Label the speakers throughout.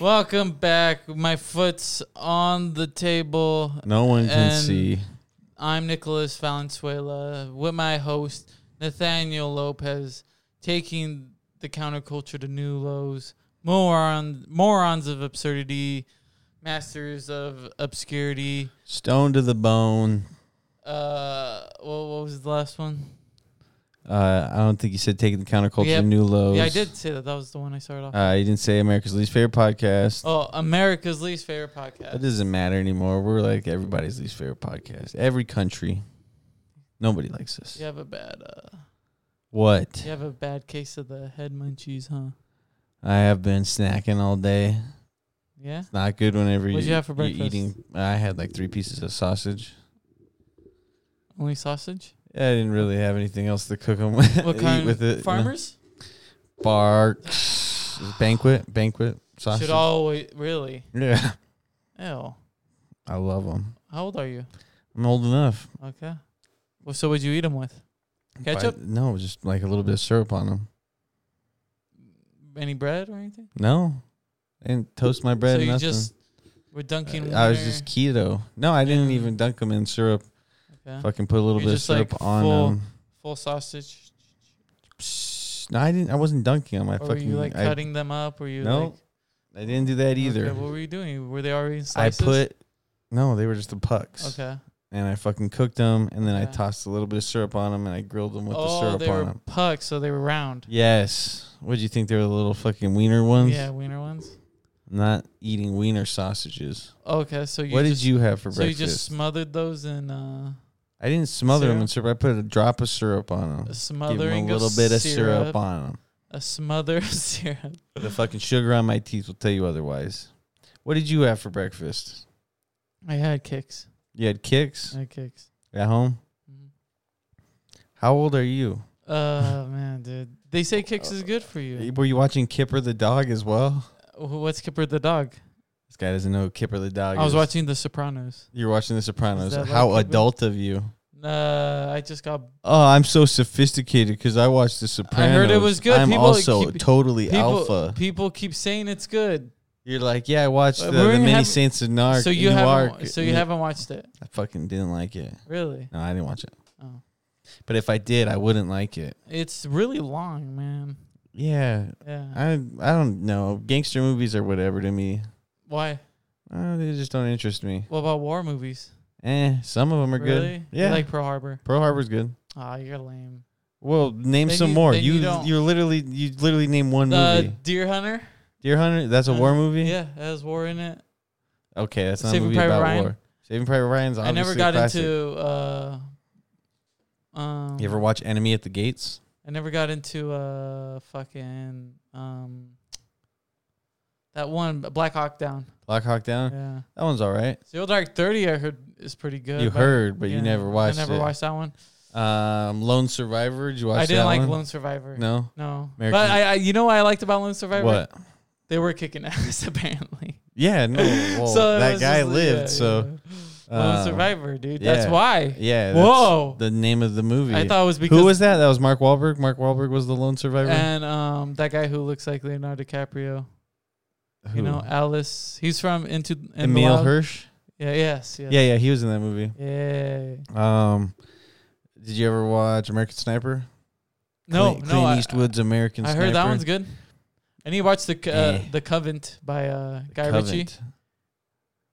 Speaker 1: Welcome back. My foot's on the table.
Speaker 2: No one can
Speaker 1: And-
Speaker 2: see.
Speaker 1: I'm Nicholas Valenzuela with my host, Nathaniel Lopez, taking the counterculture to new lows. Moron, morons of absurdity, masters of obscurity.
Speaker 2: Stone to the bone.
Speaker 1: Uh, what, what was the last one?
Speaker 2: Uh, I don't think you said taking the counterculture
Speaker 1: Yep.
Speaker 2: to new lows.
Speaker 1: Yeah, I did say that. That was the one I started off.
Speaker 2: Uh, you didn't say America's least favorite podcast.
Speaker 1: oh, America's least favorite podcast.
Speaker 2: That doesn't matter anymore. We're like everybody's least favorite podcast. Every country. Nobody likes us.
Speaker 1: You have a bad, uh,
Speaker 2: What?
Speaker 1: you have a bad case of the head munchies, huh?
Speaker 2: I have been snacking all day.
Speaker 1: Yeah.
Speaker 2: It's not good whenever
Speaker 1: What'd
Speaker 2: you,
Speaker 1: you have for
Speaker 2: you're
Speaker 1: breakfast?
Speaker 2: Eating. I had like three pieces of sausage.
Speaker 1: Only sausage.
Speaker 2: Yeah, I didn't really have anything else to cook 'em with.
Speaker 1: What
Speaker 2: eat
Speaker 1: kind?
Speaker 2: with it?
Speaker 1: Farmers
Speaker 2: Bark. banquet. Banquet. Sausage.
Speaker 1: should always really.
Speaker 2: yeah.
Speaker 1: Ew.
Speaker 2: I love them.
Speaker 1: How old are you?
Speaker 2: I'm old enough.
Speaker 1: Okay. Well, so would you eat them with? Ketchup?
Speaker 2: But no, just like a little bit of syrup on them.
Speaker 1: Any bread or anything?
Speaker 2: No, and toast my bread.
Speaker 1: So you
Speaker 2: nothing.
Speaker 1: just were dunking.
Speaker 2: I, I was
Speaker 1: water-
Speaker 2: just keto. No, I didn't
Speaker 1: Yeah.
Speaker 2: even dunk them in syrup.
Speaker 1: okay.
Speaker 2: Fucking put a little
Speaker 1: You're
Speaker 2: bit of
Speaker 1: just, like,
Speaker 2: syrup on
Speaker 1: full-
Speaker 2: them.
Speaker 1: full sausage.
Speaker 2: No, I didn't. I wasn't dunking them. I
Speaker 1: Or were
Speaker 2: fucking.
Speaker 1: you like
Speaker 2: I,
Speaker 1: cutting them up? Were you
Speaker 2: No,
Speaker 1: like
Speaker 2: I didn't do that either.
Speaker 1: Okay, what were you doing? Were they already in
Speaker 2: I
Speaker 1: slices?
Speaker 2: put. No, they were just the pucks,
Speaker 1: Okay.
Speaker 2: and I fucking cooked them, and then I
Speaker 1: Okay.
Speaker 2: tossed a little bit of syrup on them, and I grilled them with
Speaker 1: oh,
Speaker 2: the syrup
Speaker 1: they
Speaker 2: on
Speaker 1: were
Speaker 2: them.
Speaker 1: pucks, so they were round.
Speaker 2: Yes. What do you think? They were the little fucking wiener ones.
Speaker 1: Yeah, wiener ones.
Speaker 2: I'm not eating wiener sausages.
Speaker 1: Okay, so you
Speaker 2: what
Speaker 1: just,
Speaker 2: did you have for
Speaker 1: so
Speaker 2: breakfast?
Speaker 1: you just smothered those in uh,
Speaker 2: I didn't smother them in syrup. I put a drop of syrup on them.
Speaker 1: smothering
Speaker 2: a little bit of syrup,
Speaker 1: syrup
Speaker 2: on them.
Speaker 1: a smother of syrup.
Speaker 2: The fucking sugar on my teeth will tell you otherwise. What did you have for breakfast?
Speaker 1: I had kicks.
Speaker 2: You had kicks
Speaker 1: I had kicks.
Speaker 2: at home.
Speaker 1: Mhm.
Speaker 2: How old are you?
Speaker 1: Uh man, dude. They say kicks is good for you.
Speaker 2: Were you watching Kipper the dog as well?
Speaker 1: Wh- What's Kipper the dog?
Speaker 2: This guy doesn't know who Kipper the dog.
Speaker 1: I was
Speaker 2: is.
Speaker 1: watching The Sopranos.
Speaker 2: You're watching The Sopranos.
Speaker 1: Is that
Speaker 2: How
Speaker 1: like Kipper?
Speaker 2: adult of you!
Speaker 1: Uh, I just got
Speaker 2: Oh, I'm so sophisticated because I watched The Sopranos.
Speaker 1: it was good.
Speaker 2: I'm
Speaker 1: People
Speaker 2: also
Speaker 1: keep-
Speaker 2: totally
Speaker 1: people.
Speaker 2: alpha.
Speaker 1: People keep saying it's good,
Speaker 2: You're like, yeah, I watched the,
Speaker 1: But
Speaker 2: the
Speaker 1: we
Speaker 2: Many
Speaker 1: have-
Speaker 2: Saints of Narc.
Speaker 1: so you
Speaker 2: Narc.
Speaker 1: haven't. So you haven't watched it,
Speaker 2: I fucking didn't like it.
Speaker 1: really?
Speaker 2: No, I didn't watch it.
Speaker 1: Oh.
Speaker 2: But if I did, I wouldn't like it.
Speaker 1: It's really long, man.
Speaker 2: Yeah,
Speaker 1: Yeah.
Speaker 2: I I don't know. Gangster movies are whatever to me.
Speaker 1: Why?
Speaker 2: Uh, they just don't interest me.
Speaker 1: What about war movies?
Speaker 2: Eh, some of them are
Speaker 1: really?
Speaker 2: good.
Speaker 1: You
Speaker 2: Yeah,
Speaker 1: like Pearl Harbor.
Speaker 2: Pearl Harbor's good.
Speaker 1: Ah, you're lame.
Speaker 2: Well, name
Speaker 1: Then
Speaker 2: some
Speaker 1: you-
Speaker 2: more.
Speaker 1: then
Speaker 2: You
Speaker 1: you
Speaker 2: you
Speaker 1: don't-
Speaker 2: you're literally you literally name one
Speaker 1: The
Speaker 2: movie.
Speaker 1: Uh, Deer Hunter.
Speaker 2: Deer Hunter. That's a war movie.
Speaker 1: Yeah, it has war in it.
Speaker 2: Okay, that's not
Speaker 1: Saving
Speaker 2: a movie
Speaker 1: Private
Speaker 2: about
Speaker 1: Ryan?
Speaker 2: war. Saving Private Ryan's.
Speaker 1: I
Speaker 2: Obviously
Speaker 1: never
Speaker 2: a
Speaker 1: got
Speaker 2: classic.
Speaker 1: into. Uh, um,
Speaker 2: You ever watch Enemy at the Gates?
Speaker 1: I never got into uh fucking um that one Black Hawk Down.
Speaker 2: Black Hawk Down.
Speaker 1: Yeah,
Speaker 2: That one's all right.
Speaker 1: Zero Dark Thirty I heard is pretty good.
Speaker 2: you
Speaker 1: but-
Speaker 2: heard, but
Speaker 1: yeah,
Speaker 2: you never watched
Speaker 1: I never
Speaker 2: it.
Speaker 1: watched that one.
Speaker 2: Um, Lone Survivor. Did you watch
Speaker 1: I didn't
Speaker 2: that
Speaker 1: like
Speaker 2: one?
Speaker 1: Lone Survivor.
Speaker 2: No.
Speaker 1: No,
Speaker 2: American-
Speaker 1: but I, I you know what I liked about Lone Survivor?
Speaker 2: What?
Speaker 1: They were kicking ass apparently.
Speaker 2: Yeah, no. Well,
Speaker 1: it
Speaker 2: Oh, that
Speaker 1: was
Speaker 2: guy
Speaker 1: just like,
Speaker 2: lived,
Speaker 1: yeah,
Speaker 2: so
Speaker 1: yeah. Lone
Speaker 2: um,
Speaker 1: Survivor, dude.
Speaker 2: yeah.
Speaker 1: That's why.
Speaker 2: Yeah. that's
Speaker 1: Whoa.
Speaker 2: The name of the movie.
Speaker 1: I thought it was because
Speaker 2: Who was that? That was Mark Wahlberg. Mark Wahlberg was the lone survivor.
Speaker 1: and um that guy who looks like Leonardo DiCaprio.
Speaker 2: Who?
Speaker 1: You know, Alice. He's from Into In the
Speaker 2: Emil
Speaker 1: Wild.
Speaker 2: Hirsch.
Speaker 1: Yeah. Yes. Yes.
Speaker 2: Yeah, yeah, he was in that movie.
Speaker 1: Yeah.
Speaker 2: Um, did you ever watch American Sniper?
Speaker 1: No,
Speaker 2: Clint,
Speaker 1: no.
Speaker 2: Clint
Speaker 1: I-
Speaker 2: Eastwood's American
Speaker 1: I,
Speaker 2: Sniper.
Speaker 1: heard that one's good. And you watched the co- uh,
Speaker 2: Eh.
Speaker 1: the Covent by uh, Guy Ritchie.
Speaker 2: Covenant.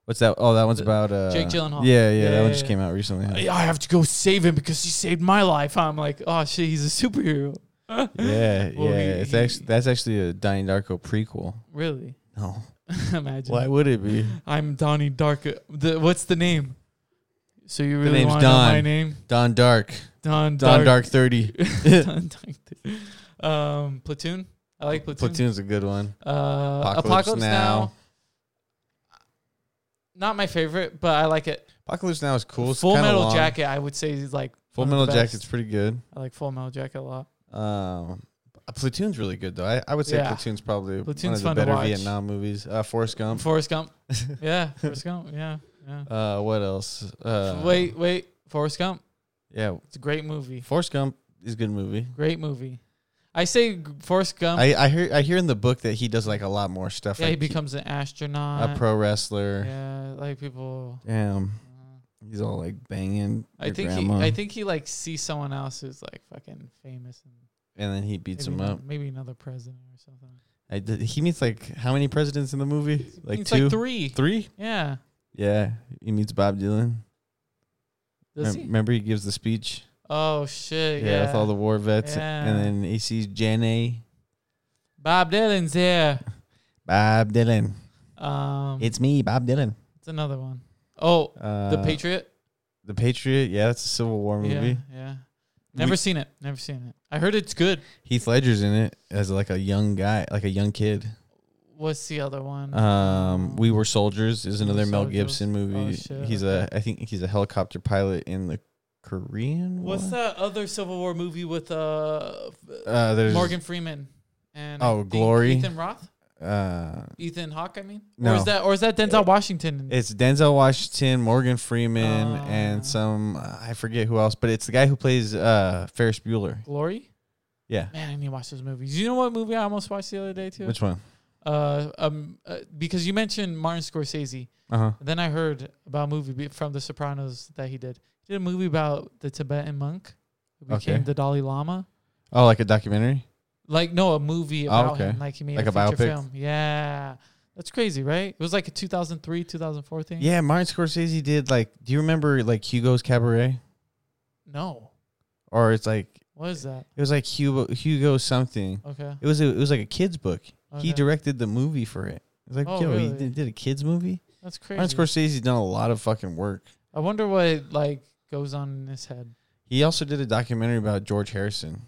Speaker 2: What's that? Oh, that one's
Speaker 1: The-
Speaker 2: about uh,
Speaker 1: Jake Gyllenhaal.
Speaker 2: Yeah, yeah,
Speaker 1: Yeah,
Speaker 2: that one
Speaker 1: yeah,
Speaker 2: just
Speaker 1: yeah.
Speaker 2: came out recently. huh?
Speaker 1: I I have to go save him because he saved my life. I'm like, oh shit, he's a superhero.
Speaker 2: Yeah,
Speaker 1: Well,
Speaker 2: yeah.
Speaker 1: he-
Speaker 2: it's
Speaker 1: he-
Speaker 2: actually that's actually a Donnie Darko prequel.
Speaker 1: Really?
Speaker 2: No,
Speaker 1: Imagine.
Speaker 2: why would it be?
Speaker 1: I'm Donnie Darko. The, what's the name? So you really
Speaker 2: name's
Speaker 1: want to know my
Speaker 2: Don.
Speaker 1: name?
Speaker 2: Don Dark.
Speaker 1: Don
Speaker 2: Don
Speaker 1: Dark.
Speaker 2: Dark Thirty.
Speaker 1: Don Dark. um, Platoon. I like Platoon.
Speaker 2: Platoon's a good one.
Speaker 1: Uh,
Speaker 2: Apocalypse
Speaker 1: Apocalypse, now.
Speaker 2: Now.
Speaker 1: Not my favorite, but I like it.
Speaker 2: Apocalypse Now is cool. It's
Speaker 1: Full
Speaker 2: kinda
Speaker 1: Metal
Speaker 2: long.
Speaker 1: Jacket, I would say, is like
Speaker 2: Full
Speaker 1: one of
Speaker 2: Metal
Speaker 1: the best.
Speaker 2: Jacket's pretty good.
Speaker 1: I like Full Metal Jacket a lot.
Speaker 2: Um, Platoon's really good though. I, I would say
Speaker 1: Yeah.
Speaker 2: Platoon's probably one
Speaker 1: Platoon's
Speaker 2: of the
Speaker 1: fun to
Speaker 2: better
Speaker 1: watch.
Speaker 2: Vietnam movies. Uh, Forrest Gump.
Speaker 1: Forrest Gump. Yeah, Forrest Gump. Yeah, yeah.
Speaker 2: Uh, what else? Uh,
Speaker 1: wait, wait. Forrest Gump.
Speaker 2: Yeah,
Speaker 1: It's a great movie.
Speaker 2: Forrest Gump is a good movie.
Speaker 1: Great movie. I say G- Forrest Gump.
Speaker 2: I, uh, I hear I hear in the book that he does like a lot more stuff.
Speaker 1: Um, yeah,
Speaker 2: like
Speaker 1: he becomes an astronaut.
Speaker 2: a pro wrestler.
Speaker 1: Yeah, like people.
Speaker 2: Damn,
Speaker 1: uh,
Speaker 2: he's all like banging.
Speaker 1: I
Speaker 2: your
Speaker 1: think
Speaker 2: grandma,
Speaker 1: he. I think he like sees someone else who's like fucking famous and
Speaker 2: and then he beats
Speaker 1: maybe
Speaker 2: him
Speaker 1: ano-
Speaker 2: up.
Speaker 1: Maybe another president or something.
Speaker 2: I did, he meets like how many presidents in the movie? Like
Speaker 1: It's
Speaker 2: two,
Speaker 1: like three.
Speaker 2: three.
Speaker 1: Yeah.
Speaker 2: Yeah, he meets Bob Dylan.
Speaker 1: Does
Speaker 2: Rem-
Speaker 1: he?
Speaker 2: Remember he gives the speech?
Speaker 1: Oh shit! Yeah.
Speaker 2: Yeah, with all the war vets,
Speaker 1: Yeah.
Speaker 2: and then he sees Jan A.
Speaker 1: Bob Dylan's here.
Speaker 2: Bob Dylan.
Speaker 1: Um, it's,
Speaker 2: It's me, Bob Dylan.
Speaker 1: another one. Oh,
Speaker 2: Uh,
Speaker 1: the Patriot.
Speaker 2: The Patriot. Yeah, that's a Civil War movie.
Speaker 1: Yeah, yeah. Never
Speaker 2: We-
Speaker 1: seen it. Never seen it. I heard it's good.
Speaker 2: Heath Ledger's in it as like a young guy, like a young kid.
Speaker 1: What's the other one?
Speaker 2: Um, We Were Soldiers is
Speaker 1: We Were
Speaker 2: another Mel
Speaker 1: Soldiers.
Speaker 2: Gibson movie.
Speaker 1: Oh, shit,
Speaker 2: he's a, I think he's a helicopter pilot in the Korean War.
Speaker 1: What's that other Civil War movie with uh,
Speaker 2: Uh, there's
Speaker 1: Morgan Freeman and I
Speaker 2: Oh,
Speaker 1: think
Speaker 2: Glory.
Speaker 1: Ethan Roth,
Speaker 2: Uh,
Speaker 1: Ethan Hawke. I mean, or
Speaker 2: No.
Speaker 1: is that or is that Denzel Washington?
Speaker 2: it's Denzel Washington, Morgan Freeman,
Speaker 1: Uh.
Speaker 2: and some I forget who else, but it's the guy who plays uh Ferris Bueller.
Speaker 1: Glory.
Speaker 2: Yeah,
Speaker 1: Man, I need to watch those movies. You know what movie I almost watched the other day too?
Speaker 2: which one?
Speaker 1: uh, um, uh, because you mentioned Martin Scorsese.
Speaker 2: Uh huh.
Speaker 1: Then I heard about a movie be- from The Sopranos that he did. He did a movie about the Tibetan monk who became
Speaker 2: Okay.
Speaker 1: the Dalai Lama.
Speaker 2: Oh, like a documentary.
Speaker 1: Like no, a movie about
Speaker 2: Oh, okay.
Speaker 1: him. Like he made
Speaker 2: Like
Speaker 1: a,
Speaker 2: a
Speaker 1: feature
Speaker 2: biopic?
Speaker 1: film. Yeah, that's crazy, right? It was like a 2003, 2004 thing.
Speaker 2: Yeah, Martin Scorsese did like. Do you remember like Hugo's Cabaret?
Speaker 1: No,
Speaker 2: Or it's like
Speaker 1: what is that?
Speaker 2: it was like Hugo Hugo something.
Speaker 1: Okay.
Speaker 2: It was a, it was like a kids book. He
Speaker 1: Okay.
Speaker 2: directed the movie for it. It's like,
Speaker 1: Oh,
Speaker 2: yo, he
Speaker 1: really?
Speaker 2: did, did a kids movie.
Speaker 1: That's crazy.
Speaker 2: Martin Scorsese's done a lot of fucking work.
Speaker 1: I wonder what like goes on in his head.
Speaker 2: He also did a documentary about George Harrison.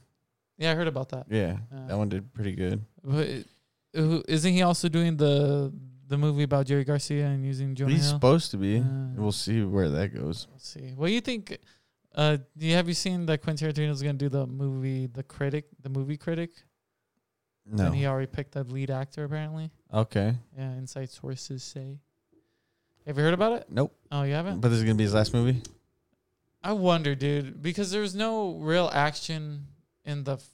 Speaker 1: Yeah, I heard about that.
Speaker 2: Yeah,
Speaker 1: Uh,
Speaker 2: that one did pretty good.
Speaker 1: But it- who- isn't he also doing the the movie about Jerry Garcia and using Jonah
Speaker 2: He's
Speaker 1: Hill?
Speaker 2: supposed to be.
Speaker 1: Uh,
Speaker 2: We'll see where that goes.
Speaker 1: Let's see. What do you think? Uh, do you have you seen that Quentin Tarantino's gonna do the movie, the critic, the movie critic? And
Speaker 2: No.
Speaker 1: he already picked the lead actor apparently.
Speaker 2: Okay.
Speaker 1: Yeah, inside sources say. Have you heard about it?
Speaker 2: Nope.
Speaker 1: Oh, you haven't.
Speaker 2: But this is gonna be his last movie.
Speaker 1: I wonder, dude, because there's no real action in the f-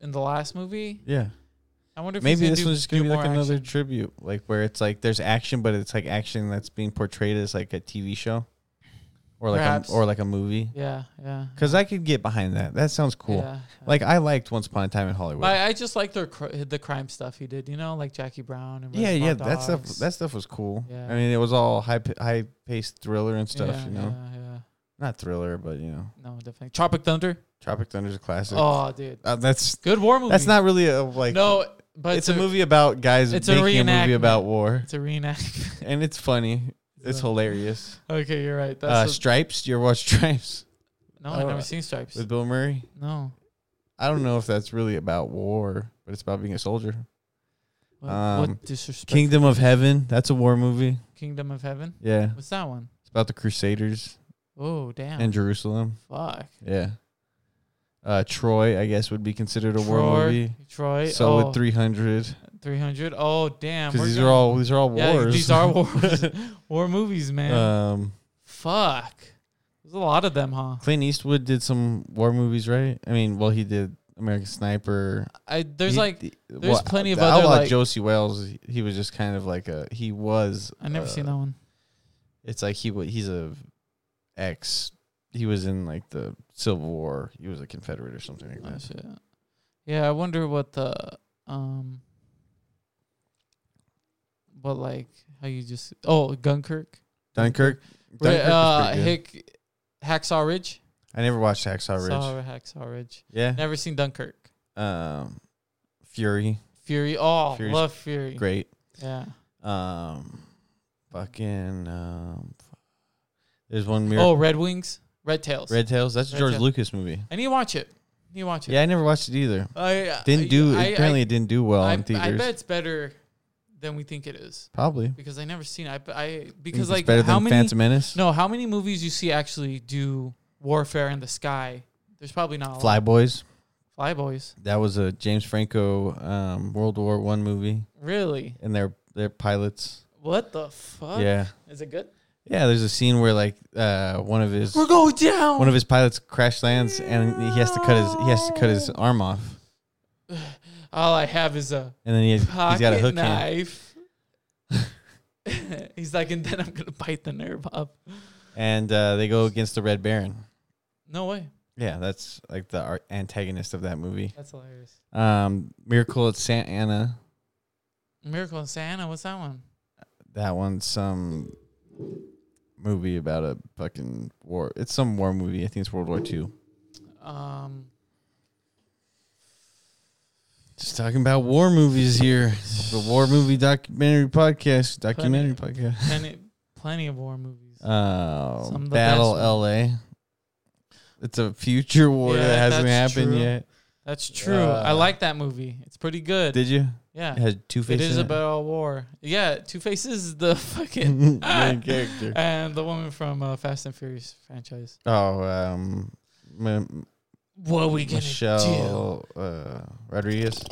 Speaker 1: in the last movie.
Speaker 2: Yeah.
Speaker 1: I wonder if he's
Speaker 2: Maybe
Speaker 1: gonna
Speaker 2: this
Speaker 1: do-
Speaker 2: one's just gonna
Speaker 1: do
Speaker 2: be like
Speaker 1: more
Speaker 2: another
Speaker 1: action.
Speaker 2: tribute, like where it's like there's action, but it's like action that's being portrayed as like a TV show, or like a,
Speaker 1: Perhaps.
Speaker 2: or like a movie.
Speaker 1: Yeah, yeah.
Speaker 2: Because I could get behind that. That sounds cool.
Speaker 1: yeah.
Speaker 2: Like I liked Once Upon a Time in Hollywood.
Speaker 1: But I just like their cr- the crime stuff he did, you know, like Jackie Brown and
Speaker 2: yeah, yeah,
Speaker 1: Reservoir
Speaker 2: that stuff
Speaker 1: Dogs.
Speaker 2: that stuff was cool.
Speaker 1: Yeah.
Speaker 2: I mean, it was all high p- high paced thriller and stuff.
Speaker 1: Yeah,
Speaker 2: you know,
Speaker 1: Yeah, yeah.
Speaker 2: not thriller, but you know,
Speaker 1: No, definitely. Tropic Thunder.
Speaker 2: Tropic Thunder's a classic.
Speaker 1: Oh, dude,
Speaker 2: Uh, that's
Speaker 1: good war movie.
Speaker 2: that's not really a like.
Speaker 1: no, but
Speaker 2: it's a, movie about guys
Speaker 1: it's a
Speaker 2: making a, movie
Speaker 1: reenactment.
Speaker 2: about war,
Speaker 1: It's a reenact.
Speaker 2: and it's funny. It's
Speaker 1: Yeah.
Speaker 2: hilarious.
Speaker 1: okay, you're right. That's
Speaker 2: Uh,
Speaker 1: what-
Speaker 2: Stripes. Do you ever watch Stripes
Speaker 1: no, I've never
Speaker 2: uh,
Speaker 1: seen Stripes.
Speaker 2: with Bill Murray?
Speaker 1: no.
Speaker 2: I don't know if that's really about war, but it's about being a soldier.
Speaker 1: What,
Speaker 2: um,
Speaker 1: what disrespect?
Speaker 2: Kingdom of Heaven. That's a war movie.
Speaker 1: Kingdom of Heaven.
Speaker 2: Yeah,
Speaker 1: What's that one?
Speaker 2: it's about the Crusaders
Speaker 1: Oh damn!
Speaker 2: and Jerusalem.
Speaker 1: Fuck.
Speaker 2: Yeah. Uh, Troy, I guess, would be considered a war
Speaker 1: Troy,
Speaker 2: movie.
Speaker 1: Troy.
Speaker 2: So
Speaker 1: oh,
Speaker 2: would 300.
Speaker 1: three hundred. Oh damn!
Speaker 2: Because
Speaker 1: we're
Speaker 2: these
Speaker 1: gonna-
Speaker 2: are all these are all
Speaker 1: yeah,
Speaker 2: wars.
Speaker 1: These are wars. war movies, man.
Speaker 2: um,
Speaker 1: Fuck. There's a lot of them, huh?
Speaker 2: Clint Eastwood did some war movies, right? I mean, well, he did American Sniper.
Speaker 1: I there's
Speaker 2: He-
Speaker 1: like
Speaker 2: the-
Speaker 1: there's
Speaker 2: well,
Speaker 1: plenty of
Speaker 2: the
Speaker 1: other,
Speaker 2: outlaw
Speaker 1: like-
Speaker 2: Josie Wales. He was just kind of like a he was.
Speaker 1: I never
Speaker 2: uh,
Speaker 1: seen that one.
Speaker 2: It's like he wa he's a ex. He was in like the Civil War. He was a Confederate or something like
Speaker 1: Oh,
Speaker 2: that.
Speaker 1: shit. Yeah, I wonder what the um what like how you just oh Dunkirk.
Speaker 2: Dunkirk.
Speaker 1: Right,
Speaker 2: Dunkirk was
Speaker 1: uh
Speaker 2: pretty good.
Speaker 1: Hick Hacksaw Ridge.
Speaker 2: I never watched Hacksaw Ridge.
Speaker 1: Saw Hacksaw Ridge.
Speaker 2: Yeah.
Speaker 1: Never seen Dunkirk.
Speaker 2: um, Fury,
Speaker 1: Fury. Oh,
Speaker 2: Fury's
Speaker 1: love Fury.
Speaker 2: great.
Speaker 1: Yeah.
Speaker 2: Um, fucking. Um, fu- there's one mirror.
Speaker 1: Oh, Red Wings, Red Tails.
Speaker 2: Red Tails. That's a
Speaker 1: Red
Speaker 2: George
Speaker 1: Tails.
Speaker 2: Lucas movie.
Speaker 1: I need to watch it. I need to watch it.
Speaker 2: Yeah, I never watched it either.
Speaker 1: I I-
Speaker 2: Didn't do.
Speaker 1: I,
Speaker 2: apparently, it didn't do well
Speaker 1: I, I,
Speaker 2: in theaters.
Speaker 1: I bet it's better than we think it is
Speaker 2: Probably
Speaker 1: because I never seen it. I, I
Speaker 2: Think
Speaker 1: because
Speaker 2: it's
Speaker 1: like
Speaker 2: better
Speaker 1: how
Speaker 2: than
Speaker 1: many
Speaker 2: Phantom Menace,
Speaker 1: No, how many movies you see actually do warfare in the sky? There's probably not a lot.
Speaker 2: Fly Boys.
Speaker 1: Fly Boys.
Speaker 2: That was a James Franco um, World War One movie,
Speaker 1: Really?
Speaker 2: and they're they're pilots.
Speaker 1: What the fuck?
Speaker 2: Yeah,
Speaker 1: Is it good?
Speaker 2: yeah. There's a scene where like uh, one of his
Speaker 1: We're going down.
Speaker 2: one of his pilots crash lands, and he has to cut his he has to cut his arm off.
Speaker 1: all I have is a
Speaker 2: And then he has, he's
Speaker 1: pocket
Speaker 2: got a hook hand.
Speaker 1: knife. He's like, and then I'm gonna bite the nerve up.
Speaker 2: And uh, they go against the Red Baron.
Speaker 1: No way.
Speaker 2: Yeah, that's like the ar- antagonist of that movie.
Speaker 1: That's hilarious.
Speaker 2: Um, Miracle at Santa Ana.
Speaker 1: Miracle in Santa. What's that one?
Speaker 2: That one's some movie about a fucking war. It's some war movie. I think it's World War Two.
Speaker 1: Um,
Speaker 2: Just talking about war movies here. The war movie documentary podcast. Documentary podcast.
Speaker 1: plenty, plenty of war movies.
Speaker 2: Uh,
Speaker 1: Some of the
Speaker 2: Battle
Speaker 1: best
Speaker 2: LA. It's a future war
Speaker 1: Yeah,
Speaker 2: that hasn't
Speaker 1: that's
Speaker 2: happened
Speaker 1: true.
Speaker 2: yet.
Speaker 1: That's true.
Speaker 2: Uh,
Speaker 1: I like that movie. It's pretty good.
Speaker 2: Did you?
Speaker 1: yeah.
Speaker 2: It had two
Speaker 1: It
Speaker 2: faces.
Speaker 1: is
Speaker 2: in
Speaker 1: about all war. Yeah, Two Faces is the fucking Ah.
Speaker 2: main character.
Speaker 1: and the woman from uh, Fast and Furious franchise.
Speaker 2: Oh, um, M-
Speaker 1: What are we gonna do?
Speaker 2: Michelle uh, Rodriguez.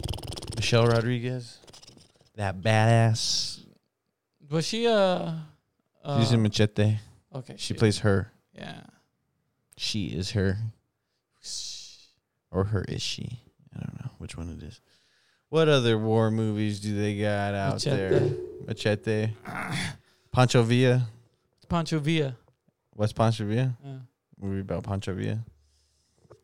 Speaker 2: Michelle Rodriguez. That badass.
Speaker 1: Was she uh, uh
Speaker 2: She's in Machete.
Speaker 1: okay?
Speaker 2: She plays her.
Speaker 1: Yeah.
Speaker 2: She is her. Or her is she? I don't know which one it is. What other war movies do they got out there? Machete. Pancho Villa.
Speaker 1: Pancho Villa. Uh,
Speaker 2: What's Pancho Villa?
Speaker 1: Yeah.
Speaker 2: Movie about Pancho Villa.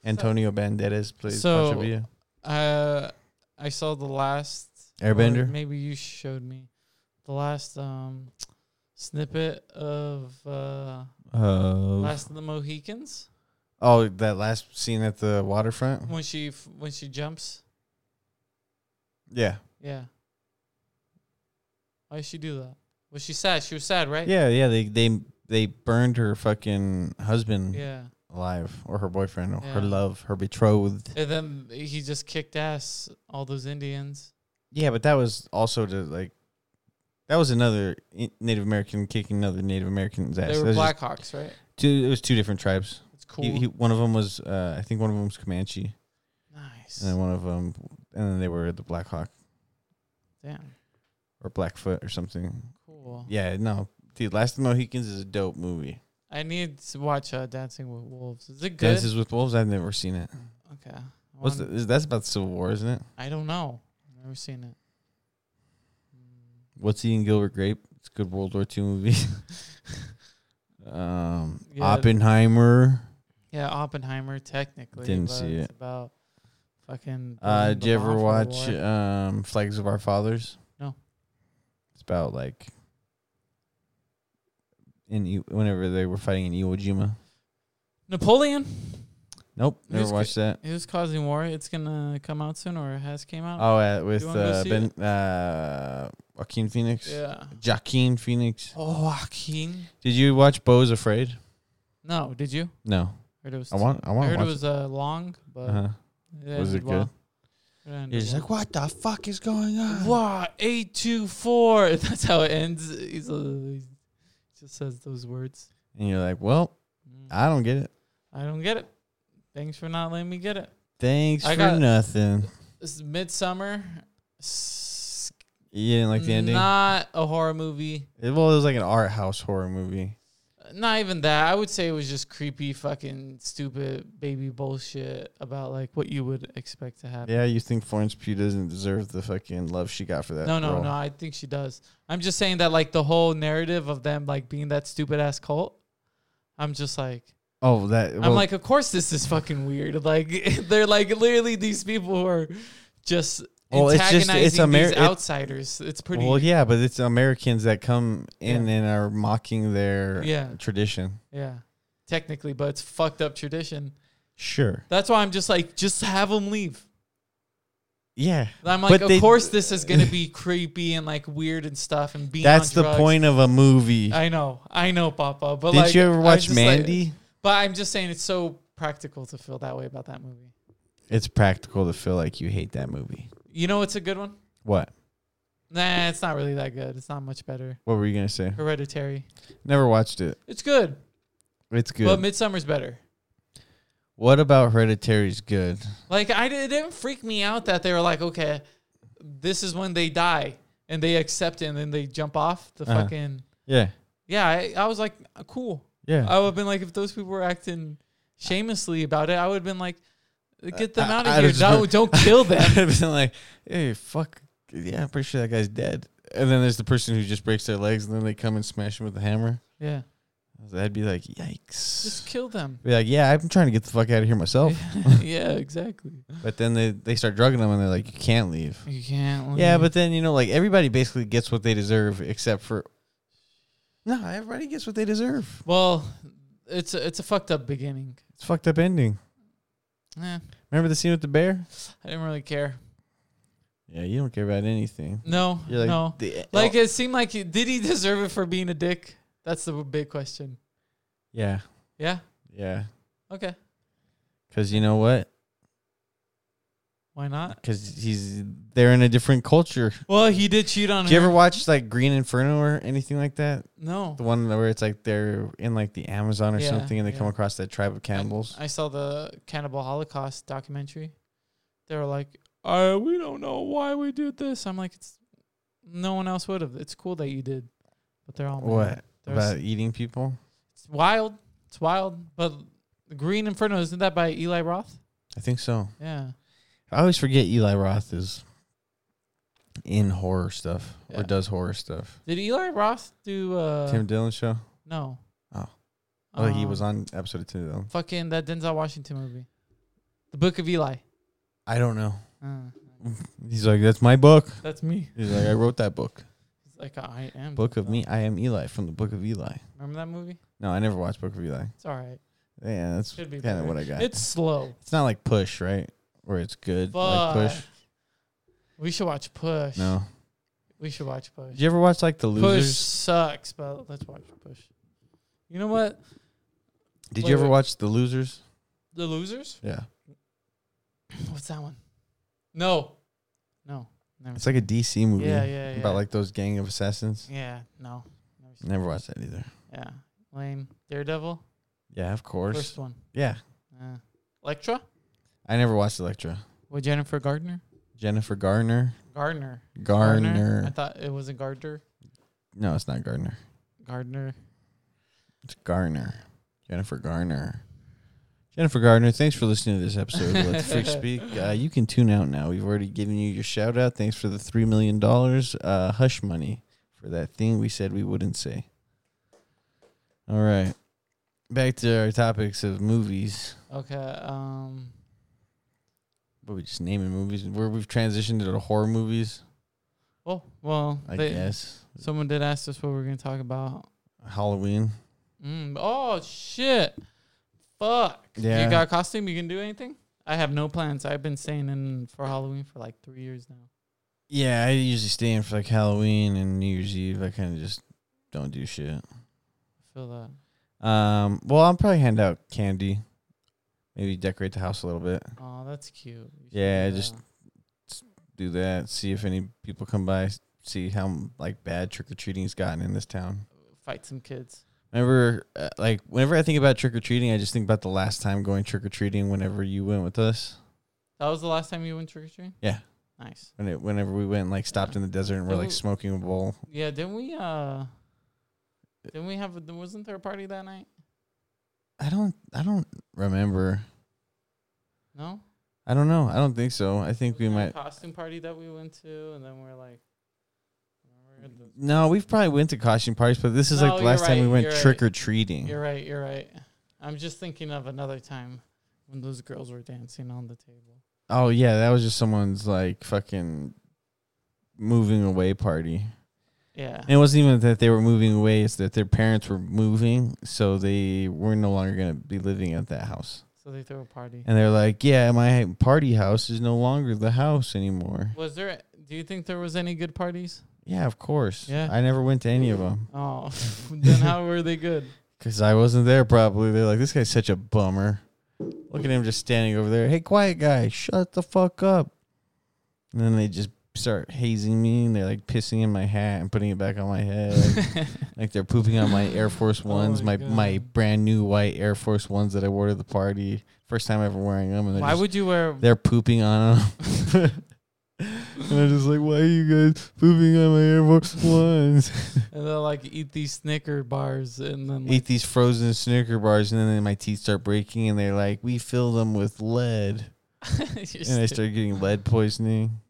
Speaker 2: Antonio Banderas plays
Speaker 1: So-
Speaker 2: Pancho Villa.
Speaker 1: Uh, I saw the last or
Speaker 2: Airbender.
Speaker 1: Maybe you showed me the last um snippet of uh
Speaker 2: Uh,
Speaker 1: Last of the Mohicans
Speaker 2: oh, that last scene at the waterfront?
Speaker 1: when she f- when she jumps.
Speaker 2: Yeah.
Speaker 1: Yeah. Why did she do that? Was she sad? She was sad, right?
Speaker 2: Yeah, yeah. They they they burned her fucking husband
Speaker 1: Yeah.
Speaker 2: alive, or her boyfriend, or her
Speaker 1: Yeah.
Speaker 2: love, her betrothed.
Speaker 1: And then he just kicked ass all those Indians.
Speaker 2: Yeah, but that was also to like, that was another I- Native American kicking another Native American's ass.
Speaker 1: they
Speaker 2: That
Speaker 1: were
Speaker 2: was just
Speaker 1: Blackhawks, right?
Speaker 2: two, it was two different tribes.
Speaker 1: It's cool.
Speaker 2: He- he- one of them was, uh, I think, one of them was Comanche,
Speaker 1: nice.
Speaker 2: and then one of them, and then they were the Black Hawk
Speaker 1: Damn.
Speaker 2: or Blackfoot or something.
Speaker 1: Cool.
Speaker 2: Yeah, no, dude, Last of the Mohicans is a dope movie.
Speaker 1: I need to watch uh, Dancing with Wolves. Is it good?
Speaker 2: Dances with Wolves, I've never seen it.
Speaker 1: okay. I
Speaker 2: What's the,
Speaker 1: wanna-
Speaker 2: is- that's about the Civil War, isn't it?
Speaker 1: I don't know. I've never seen it. Mm,
Speaker 2: What's eating Gilbert Grape? It's a good World War II movie. um,
Speaker 1: Yeah.
Speaker 2: Oppenheimer.
Speaker 1: Yeah, Oppenheimer technically.
Speaker 2: Didn't
Speaker 1: but
Speaker 2: see
Speaker 1: it's About fucking.
Speaker 2: Uh,
Speaker 1: building
Speaker 2: did you
Speaker 1: the
Speaker 2: ever
Speaker 1: bomb for
Speaker 2: watch
Speaker 1: the war.
Speaker 2: um, Flags of Our Fathers?
Speaker 1: No.
Speaker 2: It's about like in I- whenever they were fighting in Iwo Jima.
Speaker 1: Napoleon?
Speaker 2: Nope, never
Speaker 1: Who's ca-
Speaker 2: watched that.
Speaker 1: It was causing war. It's gonna come out soon, or it has came out.
Speaker 2: Oh, uh, with
Speaker 1: wanna go
Speaker 2: uh,
Speaker 1: see
Speaker 2: Ben uh, Joaquin Phoenix.
Speaker 1: yeah.
Speaker 2: Joaquin Phoenix.
Speaker 1: Oh, Joaquin.
Speaker 2: Did you watch Bo's Afraid?
Speaker 1: No, did you?
Speaker 2: No,
Speaker 1: Heard it was.
Speaker 2: I want. I
Speaker 1: I
Speaker 2: want to
Speaker 1: heard
Speaker 2: watch.
Speaker 1: it was uh, long, but
Speaker 2: uh-huh.
Speaker 1: yeah,
Speaker 2: Was
Speaker 1: did
Speaker 2: it
Speaker 1: well. Yeah,
Speaker 2: You're
Speaker 1: did
Speaker 2: just
Speaker 1: well.
Speaker 2: like, what the fuck is going on?
Speaker 1: Wow, eight two four. That's how it ends. He's uh, he just says those words.
Speaker 2: And you're like, well,
Speaker 1: Mm.
Speaker 2: I don't get it.
Speaker 1: I don't get it. Thanks for not letting me get it.
Speaker 2: Thanks
Speaker 1: I
Speaker 2: for
Speaker 1: got-
Speaker 2: nothing.
Speaker 1: This is Midsummer. S-
Speaker 2: You didn't like the ending?
Speaker 1: Not a horror movie.
Speaker 2: It- well, it was like an art house horror movie.
Speaker 1: Not even that. I would say it was just creepy, fucking stupid baby bullshit about like what you would expect to happen.
Speaker 2: Yeah, you think Florence Pugh doesn't deserve the fucking love she got for that?
Speaker 1: No, no,
Speaker 2: role.
Speaker 1: no. I think she does. I'm just saying that like the whole narrative of them like being that stupid ass cult. I'm just like
Speaker 2: Oh, that. Well,
Speaker 1: I'm like, of course this is fucking weird. Like they're like literally these people who are just
Speaker 2: Well, it's just- it's
Speaker 1: antagonizing
Speaker 2: Ameri-
Speaker 1: these
Speaker 2: it-
Speaker 1: outsiders. It's pretty
Speaker 2: Well, yeah, but it's Americans that come in
Speaker 1: Yeah.
Speaker 2: and are mocking their
Speaker 1: Yeah.
Speaker 2: tradition.
Speaker 1: yeah. Technically, but it's fucked up tradition.
Speaker 2: Sure.
Speaker 1: That's why I'm just like, just have them leave.
Speaker 2: Yeah.
Speaker 1: I'm like,
Speaker 2: But
Speaker 1: of
Speaker 2: they-
Speaker 1: course this is gonna be creepy and like weird and stuff and being
Speaker 2: That's
Speaker 1: on
Speaker 2: the
Speaker 1: drugs.
Speaker 2: point of a movie.
Speaker 1: I know, I know, Papa. But
Speaker 2: Did
Speaker 1: like,
Speaker 2: you ever
Speaker 1: I'm
Speaker 2: watch
Speaker 1: just like-
Speaker 2: Mandy?
Speaker 1: but I'm just saying, it's so practical to feel that way about that movie.
Speaker 2: it's practical to feel like you hate that movie.
Speaker 1: You know, it's a good one.
Speaker 2: What?
Speaker 1: Nah, it's not really that good. It's not much better.
Speaker 2: What were you gonna say?
Speaker 1: Hereditary.
Speaker 2: Never watched it.
Speaker 1: It's good,
Speaker 2: It's good.
Speaker 1: but Midsummer's better.
Speaker 2: what about Hereditary's good?
Speaker 1: Like I did, it didn't freak me out that they were like, okay, this is when they die and they accept it and then they jump off the
Speaker 2: Uh-huh.
Speaker 1: fucking.
Speaker 2: Yeah.
Speaker 1: Yeah, I, I was like, cool.
Speaker 2: Yeah.
Speaker 1: I would have been like, if those people were acting shamelessly about it, I would have been like, Get them
Speaker 2: I-
Speaker 1: out
Speaker 2: I
Speaker 1: of here.
Speaker 2: just
Speaker 1: Don't,
Speaker 2: went-
Speaker 1: don't kill them.
Speaker 2: I'd have been like, hey, fuck. Yeah, I'm pretty sure that guy's dead. And then there's the person who just breaks their legs and then they come and smash him with a hammer.
Speaker 1: yeah.
Speaker 2: That'd be like, yikes.
Speaker 1: Just kill them.
Speaker 2: be like, yeah, I'm trying to get the fuck out of here myself.
Speaker 1: yeah, exactly.
Speaker 2: But then they, they start drugging them and they're like, you can't leave.
Speaker 1: You can't.
Speaker 2: Oh, Yeah,
Speaker 1: leave.
Speaker 2: but then, you know, like everybody basically gets what they deserve except for. No, everybody gets what they deserve.
Speaker 1: well, it's a, it's a fucked up beginning.
Speaker 2: It's a fucked up ending.
Speaker 1: Eh,
Speaker 2: Remember the scene with the bear?
Speaker 1: I didn't really care.
Speaker 2: Yeah, you don't care about anything.
Speaker 1: No,
Speaker 2: You're like,
Speaker 1: no.
Speaker 2: "The-
Speaker 1: Like
Speaker 2: oh."
Speaker 1: it seemed like he, did he deserve it for being a dick? That's the big question.
Speaker 2: yeah,
Speaker 1: Yeah.
Speaker 2: yeah.
Speaker 1: Okay.
Speaker 2: Because you know what?
Speaker 1: Why not?
Speaker 2: Because he's they're in a different culture.
Speaker 1: Well, he did cheat on
Speaker 2: Do you
Speaker 1: her.
Speaker 2: ever watch like Green Inferno or anything like that?
Speaker 1: no.
Speaker 2: The one where it's like they're in like the Amazon or
Speaker 1: Yeah,
Speaker 2: something, and they come
Speaker 1: yeah.
Speaker 2: across that tribe of cannibals.
Speaker 1: I saw the Cannibal Holocaust documentary. They were like, uh, we don't know why we did this. I'm like, it's no one else would have. It's cool that you did. But they're all mad.
Speaker 2: What
Speaker 1: There's-
Speaker 2: about eating people?
Speaker 1: It's wild. It's wild. But Green Inferno, isn't that by Eli Roth?
Speaker 2: I think so.
Speaker 1: Yeah.
Speaker 2: I always forget Eli Roth is in horror stuff
Speaker 1: Yeah.
Speaker 2: or does horror stuff.
Speaker 1: Did Eli Roth do uh
Speaker 2: Tim Dillon show.
Speaker 1: no.
Speaker 2: Oh. Oh, he was
Speaker 1: Um,
Speaker 2: on episode of Tim Dillon.
Speaker 1: fucking that Denzel Washington movie. The Book of Eli.
Speaker 2: I don't know.
Speaker 1: Uh,
Speaker 2: He's like, that's my book.
Speaker 1: that's me.
Speaker 2: He's like, I wrote that book.
Speaker 1: It's like I am
Speaker 2: Book of
Speaker 1: Denzel.
Speaker 2: me, I am Eli from the Book of Eli.
Speaker 1: Remember that movie?
Speaker 2: No, I never watched Book of Eli.
Speaker 1: It's all right.
Speaker 2: Yeah, that's
Speaker 1: Should
Speaker 2: kind
Speaker 1: be
Speaker 2: of
Speaker 1: better.
Speaker 2: what I got.
Speaker 1: It's slow.
Speaker 2: It's not like push, right? Where it's good.
Speaker 1: Fuck.
Speaker 2: Like push.
Speaker 1: We should watch Push.
Speaker 2: No.
Speaker 1: We should watch Push.
Speaker 2: Did you ever watch like the
Speaker 1: Push
Speaker 2: losers?
Speaker 1: sucks, but let's watch Push. You know what?
Speaker 2: Did
Speaker 1: Wait,
Speaker 2: you ever
Speaker 1: wait.
Speaker 2: watch the losers?
Speaker 1: The Losers?
Speaker 2: Yeah.
Speaker 1: What's that one? No. No. Never.
Speaker 2: It's like a DC movie.
Speaker 1: Yeah, yeah, yeah.
Speaker 2: About like those gang of assassins.
Speaker 1: yeah, no. Never seen
Speaker 2: Never watched that either.
Speaker 1: it. Yeah. Lame. Daredevil?
Speaker 2: Yeah, of course.
Speaker 1: First one.
Speaker 2: Yeah.
Speaker 1: Yeah. Electra?
Speaker 2: I never watched Electra.
Speaker 1: With Jennifer Gardner?
Speaker 2: Jennifer Garner.
Speaker 1: Garner.
Speaker 2: Garner.
Speaker 1: I thought it was a Gardner.
Speaker 2: No, it's not Gardner.
Speaker 1: Gardner.
Speaker 2: It's Garner. Jennifer Garner. Jennifer Gardner, thanks for listening to this episode of Let the Freak Speak. Uh, you can tune out now. We've already given you your shout out. Thanks for the $3 million uh, hush money for that thing we said we wouldn't say. All right. Back to our topics of movies.
Speaker 1: Okay. Um
Speaker 2: What we just naming movies where we've transitioned to horror movies,
Speaker 1: oh well
Speaker 2: I
Speaker 1: they-
Speaker 2: guess.
Speaker 1: someone did ask us what we are gonna talk about.
Speaker 2: Halloween.
Speaker 1: Mm, oh shit! Fuck.
Speaker 2: Yeah.
Speaker 1: You got a costume? You can do anything? I have no plans. I've been staying in for Halloween for like three years now.
Speaker 2: Yeah, I usually stay in for like Halloween and New Year's Eve. I kind of just don't do shit.
Speaker 1: I feel that.
Speaker 2: Um, well, I'll probably hand out candy. Maybe decorate the house a little bit.
Speaker 1: Oh, that's cute. You should
Speaker 2: Yeah,
Speaker 1: do
Speaker 2: just-
Speaker 1: that.
Speaker 2: Do that. See if any people come by. s- See how like bad trick or treating's gotten in this town.
Speaker 1: fight some kids.
Speaker 2: Whenever, uh, like, whenever I think about trick or treating, I just think about the last time going trick or treating. Whenever you went with us,
Speaker 1: That was the last time you went trick or treating.
Speaker 2: Yeah.
Speaker 1: Nice.
Speaker 2: when it, whenever we went, and, like, stopped in the desert and we're like
Speaker 1: Oh.
Speaker 2: smoking a bowl.
Speaker 1: Yeah. Didn't we? Uh. Didn't we have? A, wasn't there a party that night?
Speaker 2: I don't, I don't remember.
Speaker 1: No.
Speaker 2: I don't know. I don't think so. I think we
Speaker 1: Wasn't there
Speaker 2: might.
Speaker 1: a costume party that we went to, and then we're like. remember the-
Speaker 2: No, we've probably went to costume parties, but this is
Speaker 1: No,
Speaker 2: like the
Speaker 1: you're
Speaker 2: last time
Speaker 1: right,
Speaker 2: we went
Speaker 1: you're right.
Speaker 2: trick or treating.
Speaker 1: You're right. You're right. I'm just thinking of another time when those girls were dancing on the table.
Speaker 2: Oh yeah, that was just someone's like fucking moving away party.
Speaker 1: Yeah.
Speaker 2: And it wasn't even that they were moving away, it's that their parents were moving, so they were no longer gonna be living at that house.
Speaker 1: so they threw a party.
Speaker 2: And they're like, Yeah, my party house is no longer the house anymore.
Speaker 1: Was there? Do you think there was any good parties?
Speaker 2: Yeah, of course.
Speaker 1: Yeah.
Speaker 2: I never went to any of them
Speaker 1: Oh, then how were they good?
Speaker 2: because I wasn't there. Probably they're like, this guy's such a bummer. Look at him just standing over there. Hey, quiet guy, shut the fuck up. And then they just start hazing me, and they're like pissing in my hat and putting it back on my head. Like they're pooping on my Air Force
Speaker 1: Oh
Speaker 2: Ones,
Speaker 1: my
Speaker 2: my, my
Speaker 1: God.
Speaker 2: brand new white Air Force Ones that I wore to the party. First time ever wearing them. And they're,
Speaker 1: Why
Speaker 2: just,
Speaker 1: would you wear?
Speaker 2: they're pooping on them. and I'm just like, why are you guys pooping on my Air Force Ones?
Speaker 1: And they'll uh, like eat these Snicker bars and then like,
Speaker 2: Eat these frozen Snicker bars, and then my teeth start breaking, and they're like, we fill them with lead. and I started getting lead poisoning.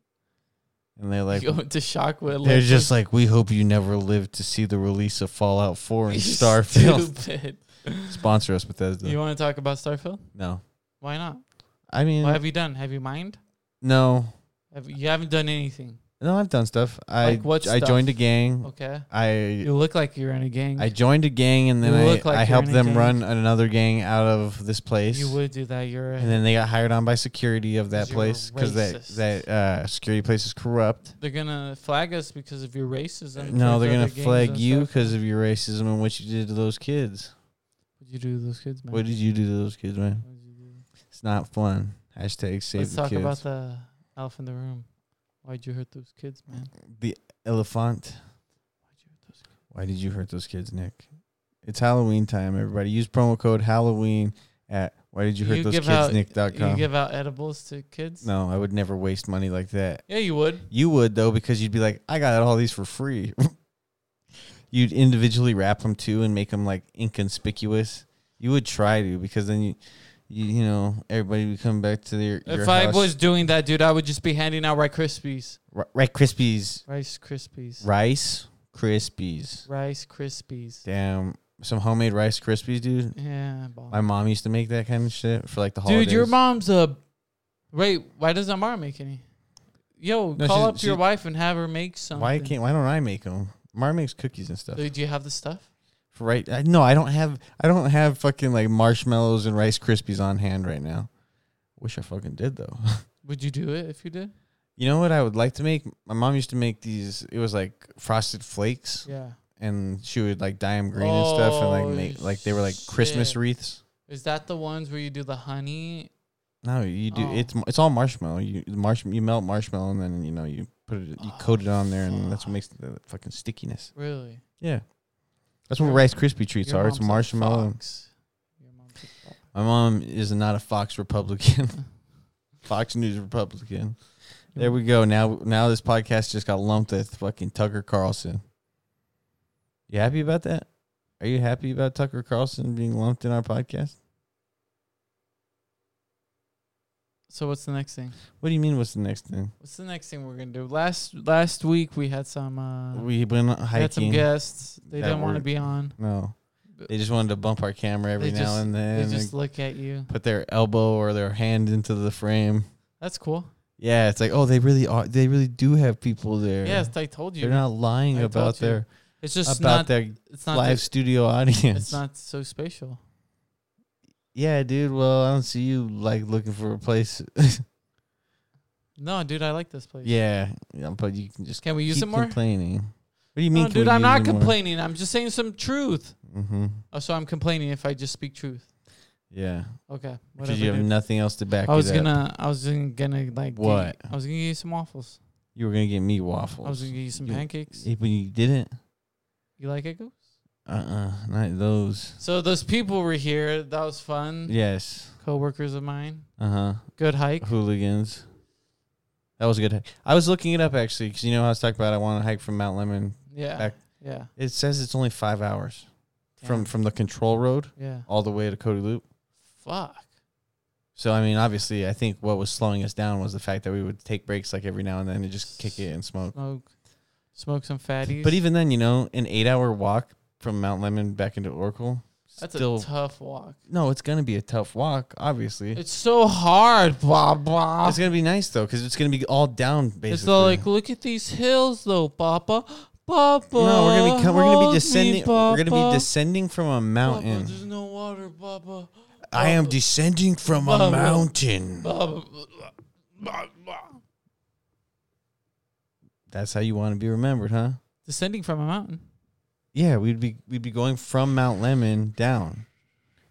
Speaker 2: And they're like,
Speaker 1: go into shock with
Speaker 2: they're
Speaker 1: like,
Speaker 2: just like, we hope you never live to see the release of Fallout 4 and
Speaker 1: you
Speaker 2: Starfield.
Speaker 1: Stupid.
Speaker 2: Sponsor us, Bethesda.
Speaker 1: You want to talk about Starfield?
Speaker 2: no.
Speaker 1: Why not?
Speaker 2: I mean,
Speaker 1: What have you done? Have you mined?
Speaker 2: no.
Speaker 1: Have, you haven't done anything.
Speaker 2: No, I've done stuff. I
Speaker 1: Like what
Speaker 2: I
Speaker 1: stuff?
Speaker 2: joined a gang.
Speaker 1: Okay.
Speaker 2: I
Speaker 1: You look like you're in a gang.
Speaker 2: Hmm. I joined a gang and then
Speaker 1: You
Speaker 2: I,
Speaker 1: look like
Speaker 2: I
Speaker 1: you're
Speaker 2: helped
Speaker 1: in a
Speaker 2: them
Speaker 1: gang.
Speaker 2: run another gang out of this place.
Speaker 1: you would do that. You're a,
Speaker 2: And then they got hired on by security of
Speaker 1: 'Cause
Speaker 2: that
Speaker 1: you were
Speaker 2: place because that
Speaker 1: racist.
Speaker 2: that uh, security place is corrupt.
Speaker 1: they're gonna flag us because of your racism.
Speaker 2: No,
Speaker 1: towards
Speaker 2: they're gonna
Speaker 1: other gangs
Speaker 2: flag
Speaker 1: and
Speaker 2: you
Speaker 1: stuff.
Speaker 2: because of your racism and what you did to those kids.
Speaker 1: What'd you do to those kids, man?
Speaker 2: What did you do to those kids, man?
Speaker 1: What'd you do?
Speaker 2: It's not fun. Hashtag save
Speaker 1: Let's
Speaker 2: the
Speaker 1: talk
Speaker 2: kids.
Speaker 1: about the elephant in the room. Why'd you hurt those kids, man?
Speaker 2: the elephant.
Speaker 1: Why'd you hurt those kids?
Speaker 2: Why did you hurt those kids, Nick? It's Halloween time, everybody. Use promo code Halloween at why did you hurt those
Speaker 1: give
Speaker 2: kids,
Speaker 1: out- You
Speaker 2: Nick.com.
Speaker 1: give out edibles to kids?
Speaker 2: no, I would never waste money like that.
Speaker 1: Yeah, you would.
Speaker 2: You would though, because you'd be like, I got all these for free. you'd individually wrap them too and make them like inconspicuous. You would try to because then you, you, you know, everybody would come back to their.
Speaker 1: If
Speaker 2: your
Speaker 1: I
Speaker 2: house.
Speaker 1: was doing that, dude, I would just be handing out Rice Krispies.
Speaker 2: R- Rice Krispies,
Speaker 1: Rice Krispies.
Speaker 2: Rice Krispies,
Speaker 1: Rice Krispies.
Speaker 2: damn, some homemade Rice Krispies, dude.
Speaker 1: Yeah. bomb.
Speaker 2: My mom used to make that kind of shit for like the holidays.
Speaker 1: Dude, your mom's a. Wait, why doesn't Mara make any? Yo,
Speaker 2: No,
Speaker 1: call
Speaker 2: she's-
Speaker 1: up your
Speaker 2: she-
Speaker 1: wife and have her make something.
Speaker 2: Why can't? Why don't I make them? Mar makes cookies and stuff.
Speaker 1: Dude, do you have the stuff?
Speaker 2: For right? I, no, I don't have. I don't have fucking like marshmallows and Rice Krispies on hand right now. Wish I fucking did though.
Speaker 1: Would you do it if you did?
Speaker 2: You know what I would like to make? My mom used to make these. It was like frosted flakes,
Speaker 1: Yeah.
Speaker 2: and she would like dye them green and stuff, and like
Speaker 1: Oh,
Speaker 2: make like they were like Christmas
Speaker 1: shit.
Speaker 2: wreaths.
Speaker 1: Is that the ones where you do the honey?
Speaker 2: No, you do.
Speaker 1: Oh.
Speaker 2: It's it's all marshmallow. You marsh you melt marshmallow, and then you know you put it you
Speaker 1: Oh,
Speaker 2: coat it on there, and that's
Speaker 1: fuck.
Speaker 2: what makes the fucking stickiness.
Speaker 1: Really?
Speaker 2: Yeah, that's what
Speaker 1: Your-
Speaker 2: Rice Krispie treats
Speaker 1: Your
Speaker 2: are. It's
Speaker 1: mom's a
Speaker 2: marshmallow. and-
Speaker 1: fox. Your mom's a fox.
Speaker 2: My mom is not a Fox Republican. Fox News Republican. There we go. Now now this podcast just got lumped with fucking Tucker Carlson. You happy about that? Are you happy about Tucker Carlson being lumped in our podcast?
Speaker 1: So what's the next thing?
Speaker 2: What do you mean what's the next thing?
Speaker 1: What's the next thing we're gonna do? Last last week we had some uh we
Speaker 2: We went
Speaker 1: had some
Speaker 2: hiking.
Speaker 1: guests. They
Speaker 2: that
Speaker 1: didn't want to
Speaker 2: were-
Speaker 1: be on.
Speaker 2: no. They just wanted to bump our camera every
Speaker 1: They
Speaker 2: now
Speaker 1: just-
Speaker 2: and
Speaker 1: They
Speaker 2: then.
Speaker 1: just
Speaker 2: and
Speaker 1: look at you.
Speaker 2: put their elbow or their hand into the frame.
Speaker 1: That's cool.
Speaker 2: Yeah, it's like, oh, they really are they really do have people there.
Speaker 1: Yes, I told you.
Speaker 2: They're not lying
Speaker 1: I
Speaker 2: about
Speaker 1: told you.
Speaker 2: their
Speaker 1: it's just
Speaker 2: about
Speaker 1: not
Speaker 2: their
Speaker 1: it's not
Speaker 2: live
Speaker 1: the-
Speaker 2: studio audience.
Speaker 1: it's not so spatial.
Speaker 2: Yeah, dude. Well, I don't see you like looking for a place.
Speaker 1: No, dude, I like this place.
Speaker 2: yeah, yeah, but you can just
Speaker 1: Can we use
Speaker 2: keep
Speaker 1: it more?
Speaker 2: complaining. What do you mean,
Speaker 1: No, dude, I'm not complaining. I'm just saying some truth.
Speaker 2: Mm-hmm.
Speaker 1: Oh, so I'm complaining if I just speak truth.
Speaker 2: Yeah,
Speaker 1: Okay.
Speaker 2: because
Speaker 1: Whatever.
Speaker 2: you have
Speaker 1: dude.
Speaker 2: nothing else to back.
Speaker 1: I was
Speaker 2: it up.
Speaker 1: gonna I was gonna- gonna like get-
Speaker 2: What?
Speaker 1: I was gonna get you some waffles.
Speaker 2: You were gonna get me
Speaker 1: I was
Speaker 2: waffles.
Speaker 1: gonna get you some
Speaker 2: You-
Speaker 1: pancakes.
Speaker 2: Eh, but you didn't.
Speaker 1: You like eggos?
Speaker 2: Uh, uh not those.
Speaker 1: So those people were here. That was fun.
Speaker 2: Yes.
Speaker 1: Co-workers of mine.
Speaker 2: Uh huh.
Speaker 1: Good hike.
Speaker 2: Hooligans. That was a good. hike. I was looking it up actually because you know how I was talking about I want to hike from Mount Lemon.
Speaker 1: Yeah.
Speaker 2: Back-
Speaker 1: Yeah.
Speaker 2: It says it's only five hours from
Speaker 1: Damn.
Speaker 2: from the control road
Speaker 1: Yeah.
Speaker 2: all the way to Cody Loop.
Speaker 1: Fuck.
Speaker 2: So I mean, obviously, I think what was slowing us down was the fact that we would take breaks like every now and then and just kick it and smoke.
Speaker 1: Smoke. Smoke some fatties.
Speaker 2: But even then, you know, an eight-hour walk from Mount Lemon back into Oracle,
Speaker 1: that's
Speaker 2: still
Speaker 1: a tough walk.
Speaker 2: no, it's gonna be a tough walk. Obviously, it's,
Speaker 1: It's so hard. Blah blah. It's,
Speaker 2: gonna be nice though because it's gonna be all down basically.
Speaker 1: all like look at these hills though, Papa. Papa.
Speaker 2: no, we're gonna be co- we're gonna be descending.
Speaker 1: Me,
Speaker 2: we're gonna be
Speaker 1: Papa.
Speaker 2: descending from a
Speaker 1: Papa,
Speaker 2: mountain.
Speaker 1: There's no water, Papa.
Speaker 2: I am descending from a
Speaker 1: Bubba.
Speaker 2: mountain.
Speaker 1: Papa. Blah, blah.
Speaker 2: That's how you want to be remembered, huh?
Speaker 1: Descending from a mountain.
Speaker 2: Yeah, we'd be we'd be going from Mount Lemon down,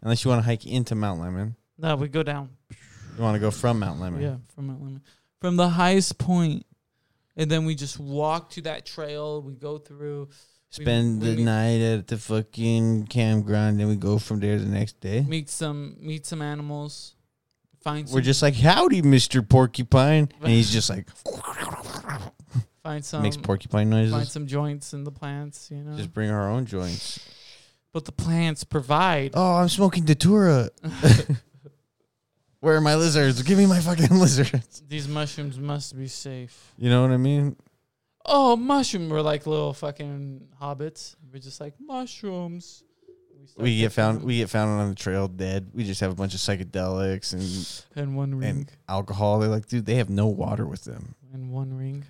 Speaker 2: unless you want to hike into Mount Lemon.
Speaker 1: No, we go down.
Speaker 2: You want to go from Mount Lemon.
Speaker 1: Yeah, from Mount Lemmon. From the highest point. And then we just walk to that trail. We go through.
Speaker 2: Spend
Speaker 1: We- we
Speaker 2: the
Speaker 1: meet-
Speaker 2: night at the fucking campground, then we go from there the next day.
Speaker 1: Meet some meet some animals. Find
Speaker 2: We're
Speaker 1: some,
Speaker 2: just like, howdy, Mr. Porcupine. And he's just like,
Speaker 1: find some
Speaker 2: makes porcupine
Speaker 1: find
Speaker 2: noises.
Speaker 1: some joints in the plants, you know.
Speaker 2: Just bring our own joints.
Speaker 1: but the plants provide.
Speaker 2: Oh, I'm smoking Datura. Where are my lizards? Give me my fucking lizards.
Speaker 1: These mushrooms must be safe.
Speaker 2: You know what I mean?
Speaker 1: Oh, mushroom! We're like little fucking hobbits. We're just like mushrooms. start
Speaker 2: We get
Speaker 1: picking
Speaker 2: found.
Speaker 1: them
Speaker 2: We get found on the trail dead. We just have a bunch of psychedelics and
Speaker 1: in one ring.
Speaker 2: and alcohol. They're like, dude, they have no water with them
Speaker 1: In one ring.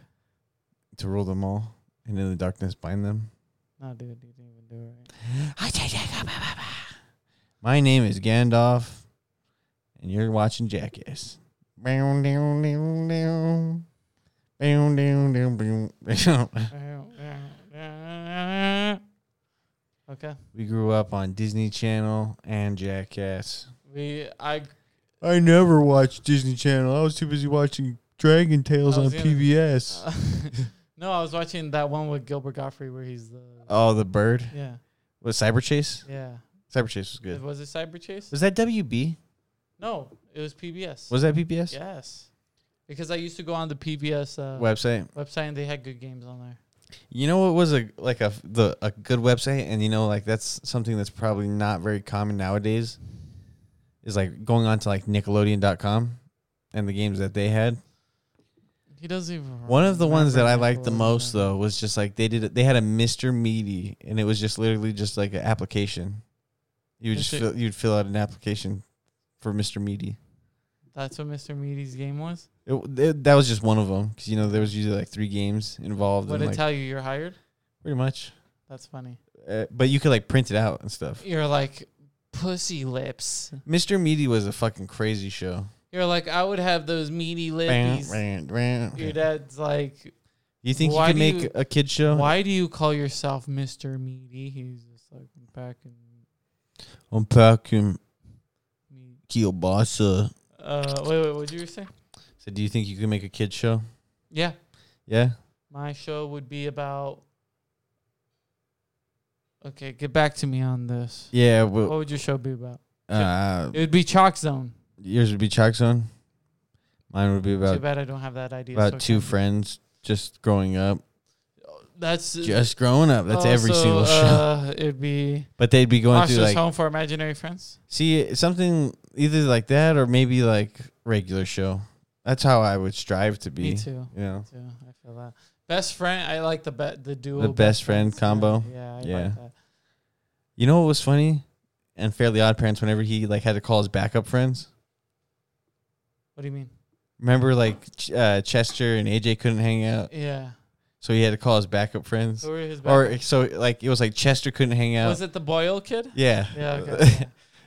Speaker 2: to rule them all, and in the darkness bind them.
Speaker 1: Nah, dude, you didn't even do it right.
Speaker 2: My name is Gandalf, and you're watching Jackass. Bow, down, down, down. Bow, down, down, boom.
Speaker 1: okay.
Speaker 2: we grew up on Disney Channel and Jackass.
Speaker 1: We I
Speaker 2: I never watched Disney Channel. I was too busy watching Dragon Tales
Speaker 1: I
Speaker 2: on
Speaker 1: was gonna-
Speaker 2: PBS.
Speaker 1: uh, no, I was watching that one with Gilbert Godfrey where he's the
Speaker 2: oh, the bird
Speaker 1: yeah
Speaker 2: was Cyber Chase.
Speaker 1: yeah.
Speaker 2: Cyber Chase was good.
Speaker 1: Was it Cyber Chase?
Speaker 2: Was that WB?
Speaker 1: No, it was PBS.
Speaker 2: Was that PBS
Speaker 1: yes, because I used to go on the PBS uh,
Speaker 2: website?
Speaker 1: website and they had good games on there.
Speaker 2: You know what was a like a the a good website, and you know like that's something that's probably not very common nowadays. Is like going on to like Nickelodeon.com and the games that they had.
Speaker 1: He doesn't even.
Speaker 2: One of the ones that I
Speaker 1: remember
Speaker 2: liked the
Speaker 1: Nickelodeon.
Speaker 2: most though was just like they did it. They had a Mister Meaty, and it was just literally just like an application. You would just
Speaker 1: Mister-
Speaker 2: fill, you'd fill out an application for Mister Meaty.
Speaker 1: That's what Mr. Meaty's game was.
Speaker 2: It, th- that was just one of them because you know there was usually like three games involved.
Speaker 1: What
Speaker 2: and,
Speaker 1: did
Speaker 2: like,
Speaker 1: tell you? You're hired.
Speaker 2: pretty much,
Speaker 1: That's funny.
Speaker 2: uh, but you could like print it out and stuff.
Speaker 1: You're like pussy lips.
Speaker 2: Mr. Meaty was a fucking crazy show.
Speaker 1: You're like I would have those meaty
Speaker 2: Bam,
Speaker 1: lippies.
Speaker 2: bam, bam.
Speaker 1: Your dad's like,
Speaker 2: You think you
Speaker 1: Why do
Speaker 2: can make
Speaker 1: you-
Speaker 2: a kid show?
Speaker 1: why do you call yourself Mr. Meaty? He's just like I'm back in
Speaker 2: Unpacking
Speaker 1: meat.
Speaker 2: kielbasa.
Speaker 1: Uh, wait, wait, what did you say?
Speaker 2: So, do you think you can make a kid show?
Speaker 1: Yeah,
Speaker 2: Yeah.
Speaker 1: my show would be about. Okay, get back to me on this.
Speaker 2: Yeah. Well,
Speaker 1: What would your show be about?
Speaker 2: uh,
Speaker 1: It would be Chalk Zone.
Speaker 2: yours would be Chalk Zone. Mine would be
Speaker 1: Too
Speaker 2: about
Speaker 1: bad I don't have that idea. so
Speaker 2: about
Speaker 1: it
Speaker 2: two
Speaker 1: can't be. Oh,
Speaker 2: friends just growing up,
Speaker 1: That's
Speaker 2: just growing up. That's every
Speaker 1: also,
Speaker 2: single show.
Speaker 1: Uh, it'd be
Speaker 2: But they'd be going
Speaker 1: Oscar's
Speaker 2: through like
Speaker 1: Home for Imaginary Friends.
Speaker 2: see something either like that or maybe like regular show. That's how I would strive to be.
Speaker 1: Me too.
Speaker 2: You know.
Speaker 1: too. I feel that. Best friend, I like the be- the duo.
Speaker 2: The best friend
Speaker 1: friends.
Speaker 2: combo?
Speaker 1: Yeah, yeah, I
Speaker 2: Yeah.
Speaker 1: like that.
Speaker 2: You know what was funny? And Fairly Odd Parents, whenever he like had to call his backup friends,
Speaker 1: What do you mean?
Speaker 2: remember like Ch- uh, Chester and AJ couldn't hang out,
Speaker 1: Yeah.
Speaker 2: so he had to call his backup friends.
Speaker 1: Who were his best?
Speaker 2: Or so like it was like Chester couldn't hang out.
Speaker 1: Was it the Boyle kid?
Speaker 2: Yeah,
Speaker 1: Yeah. Okay. yeah.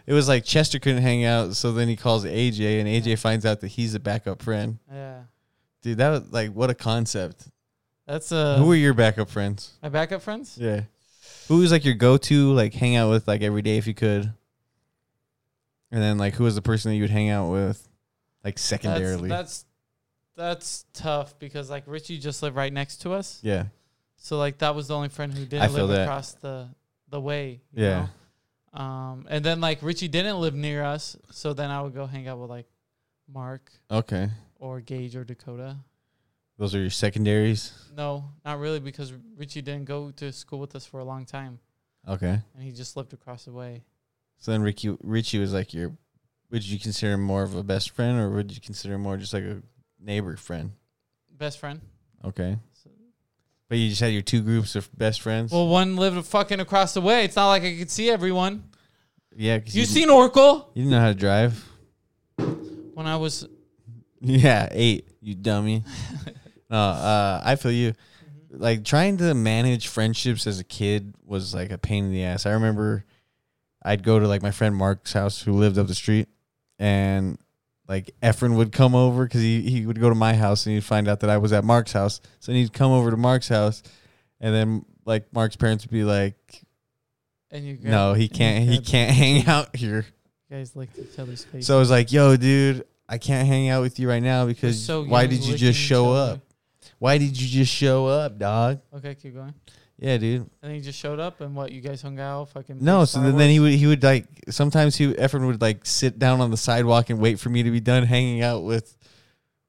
Speaker 2: it was like Chester couldn't hang out, so then he calls AJ, and AJ
Speaker 1: Yeah.
Speaker 2: finds out that he's a backup friend.
Speaker 1: Yeah.
Speaker 2: Dude, that was like what a concept.
Speaker 1: That's uh,
Speaker 2: Who were your backup friends?
Speaker 1: my backup friends.
Speaker 2: Yeah, who was like your go-to like hang out with like every day if you could? And then like who was the person that you would hang out with, like secondarily?
Speaker 1: That's, that's that's tough because like Richie just lived right next to us,
Speaker 2: Yeah.
Speaker 1: so like that was the only friend who
Speaker 2: I
Speaker 1: didn't
Speaker 2: feel
Speaker 1: live
Speaker 2: that.
Speaker 1: across the the way. you
Speaker 2: Yeah.
Speaker 1: know? Um, and then like Richie didn't live near us, so then I would go hang out with like Mark
Speaker 2: Okay.
Speaker 1: or Gage or Dakota.
Speaker 2: Those are your secondaries.
Speaker 1: No, not really, because Richie didn't go to school with us for a long time,
Speaker 2: Okay.
Speaker 1: and he just lived across the way.
Speaker 2: So then Ricky Richie was like your would you consider him more of a best friend or would you consider him more just like a neighbor friend?
Speaker 1: Best friend.
Speaker 2: Okay.
Speaker 1: So-
Speaker 2: But you just had your two groups of best friends?
Speaker 1: Well, one lived fucking across the way. It's not like I could see everyone.
Speaker 2: yeah, 'cause
Speaker 1: You
Speaker 2: you
Speaker 1: seen Oracle?
Speaker 2: you didn't know how to drive.
Speaker 1: When I was
Speaker 2: Yeah, eight, you dummy. no, uh I feel you. Like trying to manage friendships as a kid was like a pain in the ass. I remember I'd go to like my friend Mark's house who lived up the street and like Efren would come over because he, he would go to my house and he'd find out that I was at Mark's house. So then he'd come over to Mark's house and then like Mark's parents would be like,
Speaker 1: and you
Speaker 2: No,
Speaker 1: and
Speaker 2: he
Speaker 1: you
Speaker 2: can't he
Speaker 1: grabbed-
Speaker 2: can't hang out here.
Speaker 1: You guys licked each other's face.
Speaker 2: So I was like, Yo, dude, I can't hang out with you right now because why did you just show up? Why did you just show up, dog?
Speaker 1: Okay, keep going.
Speaker 2: Yeah, dude.
Speaker 1: And he just showed up, and what? You guys hung out, fucking.
Speaker 2: No,
Speaker 1: played
Speaker 2: so
Speaker 1: Star
Speaker 2: then, then he
Speaker 1: Wars?
Speaker 2: would he would like sometimes he Efren would like sit down on the sidewalk and wait for me to be done hanging out with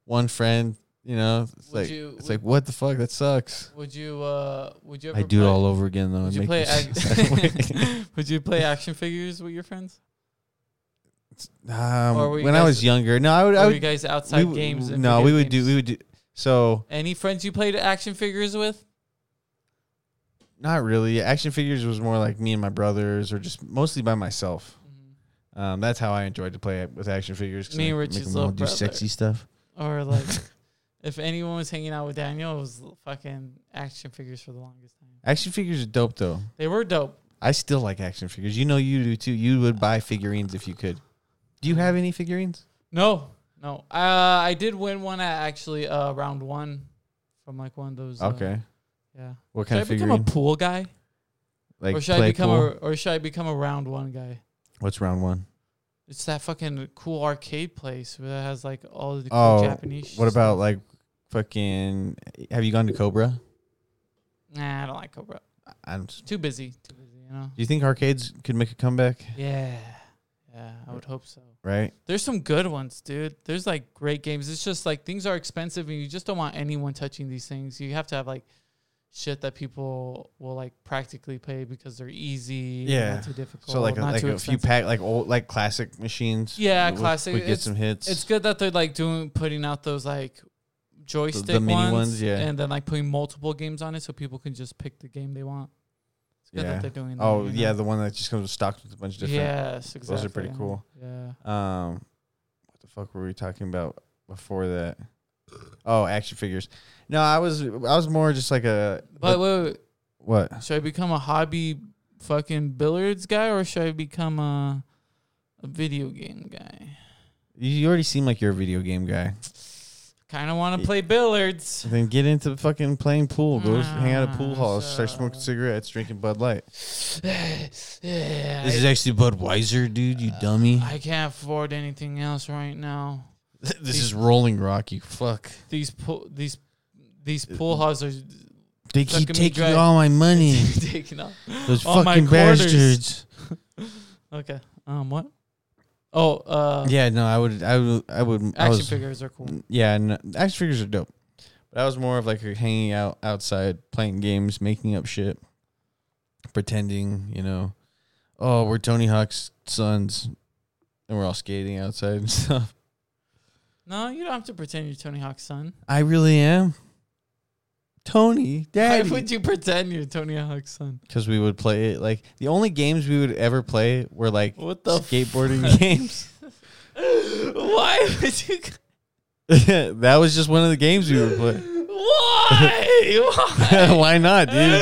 Speaker 2: one friend. You know, it's
Speaker 1: Would
Speaker 2: like
Speaker 1: you-
Speaker 2: it's like what the fuck that sucks.
Speaker 1: Would you? Uh, would you? Ever
Speaker 2: I do it
Speaker 1: play,
Speaker 2: all over again though.
Speaker 1: Would
Speaker 2: and
Speaker 1: you
Speaker 2: make
Speaker 1: play?
Speaker 2: this-
Speaker 1: Ac- would you play action figures with your friends? Or were
Speaker 2: Um,
Speaker 1: you
Speaker 2: when I
Speaker 1: guys-
Speaker 2: was younger, no, I would. I
Speaker 1: Were you
Speaker 2: would.
Speaker 1: guys outside
Speaker 2: We, would-
Speaker 1: games? and
Speaker 2: no,
Speaker 1: video
Speaker 2: we would do.
Speaker 1: games?
Speaker 2: We would do. So
Speaker 1: Any friends you played action figures with?
Speaker 2: not really. Action figures was more like me and my brothers, or just mostly by myself. Um, that's how I enjoyed to play with action figures. 'cause
Speaker 1: Me
Speaker 2: I
Speaker 1: and
Speaker 2: could make
Speaker 1: Richie's
Speaker 2: them all
Speaker 1: little
Speaker 2: do
Speaker 1: brother.
Speaker 2: sexy stuff.
Speaker 1: Mm-hmm. Or like, if anyone was hanging out with Daniel, it was fucking action figures for the longest time.
Speaker 2: Action figures are dope though.
Speaker 1: They were dope.
Speaker 2: I still like action figures. You know you do too. You would buy figurines if you could. Do you have any figurines?
Speaker 1: No, no. Uh, I did win one at actually uh, round one from like one of those. uh,
Speaker 2: Okay.
Speaker 1: yeah.
Speaker 2: What
Speaker 1: Should
Speaker 2: kind
Speaker 1: I
Speaker 2: of figurine?
Speaker 1: become a pool guy,
Speaker 2: like
Speaker 1: or should I
Speaker 2: play
Speaker 1: become
Speaker 2: pool?
Speaker 1: a or should I become a round one guy?
Speaker 2: What's round one?
Speaker 1: It's that fucking cool arcade place where that has like all the cool
Speaker 2: Oh,
Speaker 1: Japanese.
Speaker 2: What
Speaker 1: s-
Speaker 2: about like fucking? Have you gone to Cobra?
Speaker 1: Nah, I don't like Cobra.
Speaker 2: I'm. Do
Speaker 1: Too busy. Too busy. You know.
Speaker 2: you think arcades could make a comeback?
Speaker 1: Yeah. Yeah, I would hope so.
Speaker 2: Right.
Speaker 1: There's some good ones, dude. There's like great games. It's just like things are expensive and you just don't want anyone touching these things. You have to have like shit that people will like practically play because they're easy,
Speaker 2: Yeah.
Speaker 1: not too difficult,
Speaker 2: So like a,
Speaker 1: Oh, not
Speaker 2: like
Speaker 1: too
Speaker 2: a few
Speaker 1: expensive.
Speaker 2: pack like old like classic machines.
Speaker 1: Yeah,
Speaker 2: would-
Speaker 1: classic.
Speaker 2: Would get
Speaker 1: It's-
Speaker 2: some hits.
Speaker 1: It's good that they're like doing putting out those like joystick
Speaker 2: mini
Speaker 1: ones,
Speaker 2: ones, yeah.
Speaker 1: and then like putting multiple games on it so people can just pick the game they want. It's good
Speaker 2: Yeah.
Speaker 1: that they're doing that.
Speaker 2: oh
Speaker 1: you
Speaker 2: yeah,
Speaker 1: know?
Speaker 2: the one that just comes stocked with a bunch of different.
Speaker 1: yes, exactly.
Speaker 2: Those are pretty cool.
Speaker 1: Yeah.
Speaker 2: Um, what the fuck were we talking about before that? Oh, action figures. No, I was I was more just like a
Speaker 1: But wait, wait,
Speaker 2: what?
Speaker 1: wait, should I become a hobby fucking billiards guy or should I become a a video game guy?
Speaker 2: You- You already seem like you're a video game guy.
Speaker 1: Kind of want to play billiards.
Speaker 2: Then get into fucking playing pool. Go s- hang out at pool
Speaker 1: Mm,
Speaker 2: halls. Start
Speaker 1: so-
Speaker 2: smoking cigarettes, drinking Bud Light.
Speaker 1: yeah, I, Uh,
Speaker 2: actually Budweiser, dude. You dummy.
Speaker 1: I can't afford anything else right now.
Speaker 2: this is Rolling Rock. You fuck.
Speaker 1: These pool, these these pool halls are
Speaker 2: They
Speaker 1: Sucking
Speaker 2: keep
Speaker 1: me
Speaker 2: taking
Speaker 1: dry.
Speaker 2: all my Uh, money.
Speaker 1: taking off.
Speaker 2: Those
Speaker 1: All my
Speaker 2: fucking
Speaker 1: quarters.
Speaker 2: bastards.
Speaker 1: Okay. Um. What? Oh. Uh.
Speaker 2: Yeah, no, I would, I would, I would. I
Speaker 1: Action
Speaker 2: was,
Speaker 1: figures are cool.
Speaker 2: N- Yeah, no, action figures are dope. But I was more of like hanging out outside, playing games, making up shit, pretending, you know, oh, we're Tony Hawk's sons, and we're all skating outside and stuff.
Speaker 1: No, you don't have to pretend you're Tony Hawk's son.
Speaker 2: I really am Tony,
Speaker 1: Why
Speaker 2: Daddy,
Speaker 1: would you pretend you're Tony Hawk's son?
Speaker 2: because we would play it. Like the only games we would ever play were like
Speaker 1: What the
Speaker 2: skateboarding
Speaker 1: fuck?
Speaker 2: games.
Speaker 1: Why would you?
Speaker 2: that was just one of the games we would play.
Speaker 1: Why? Why?
Speaker 2: Why not, dude?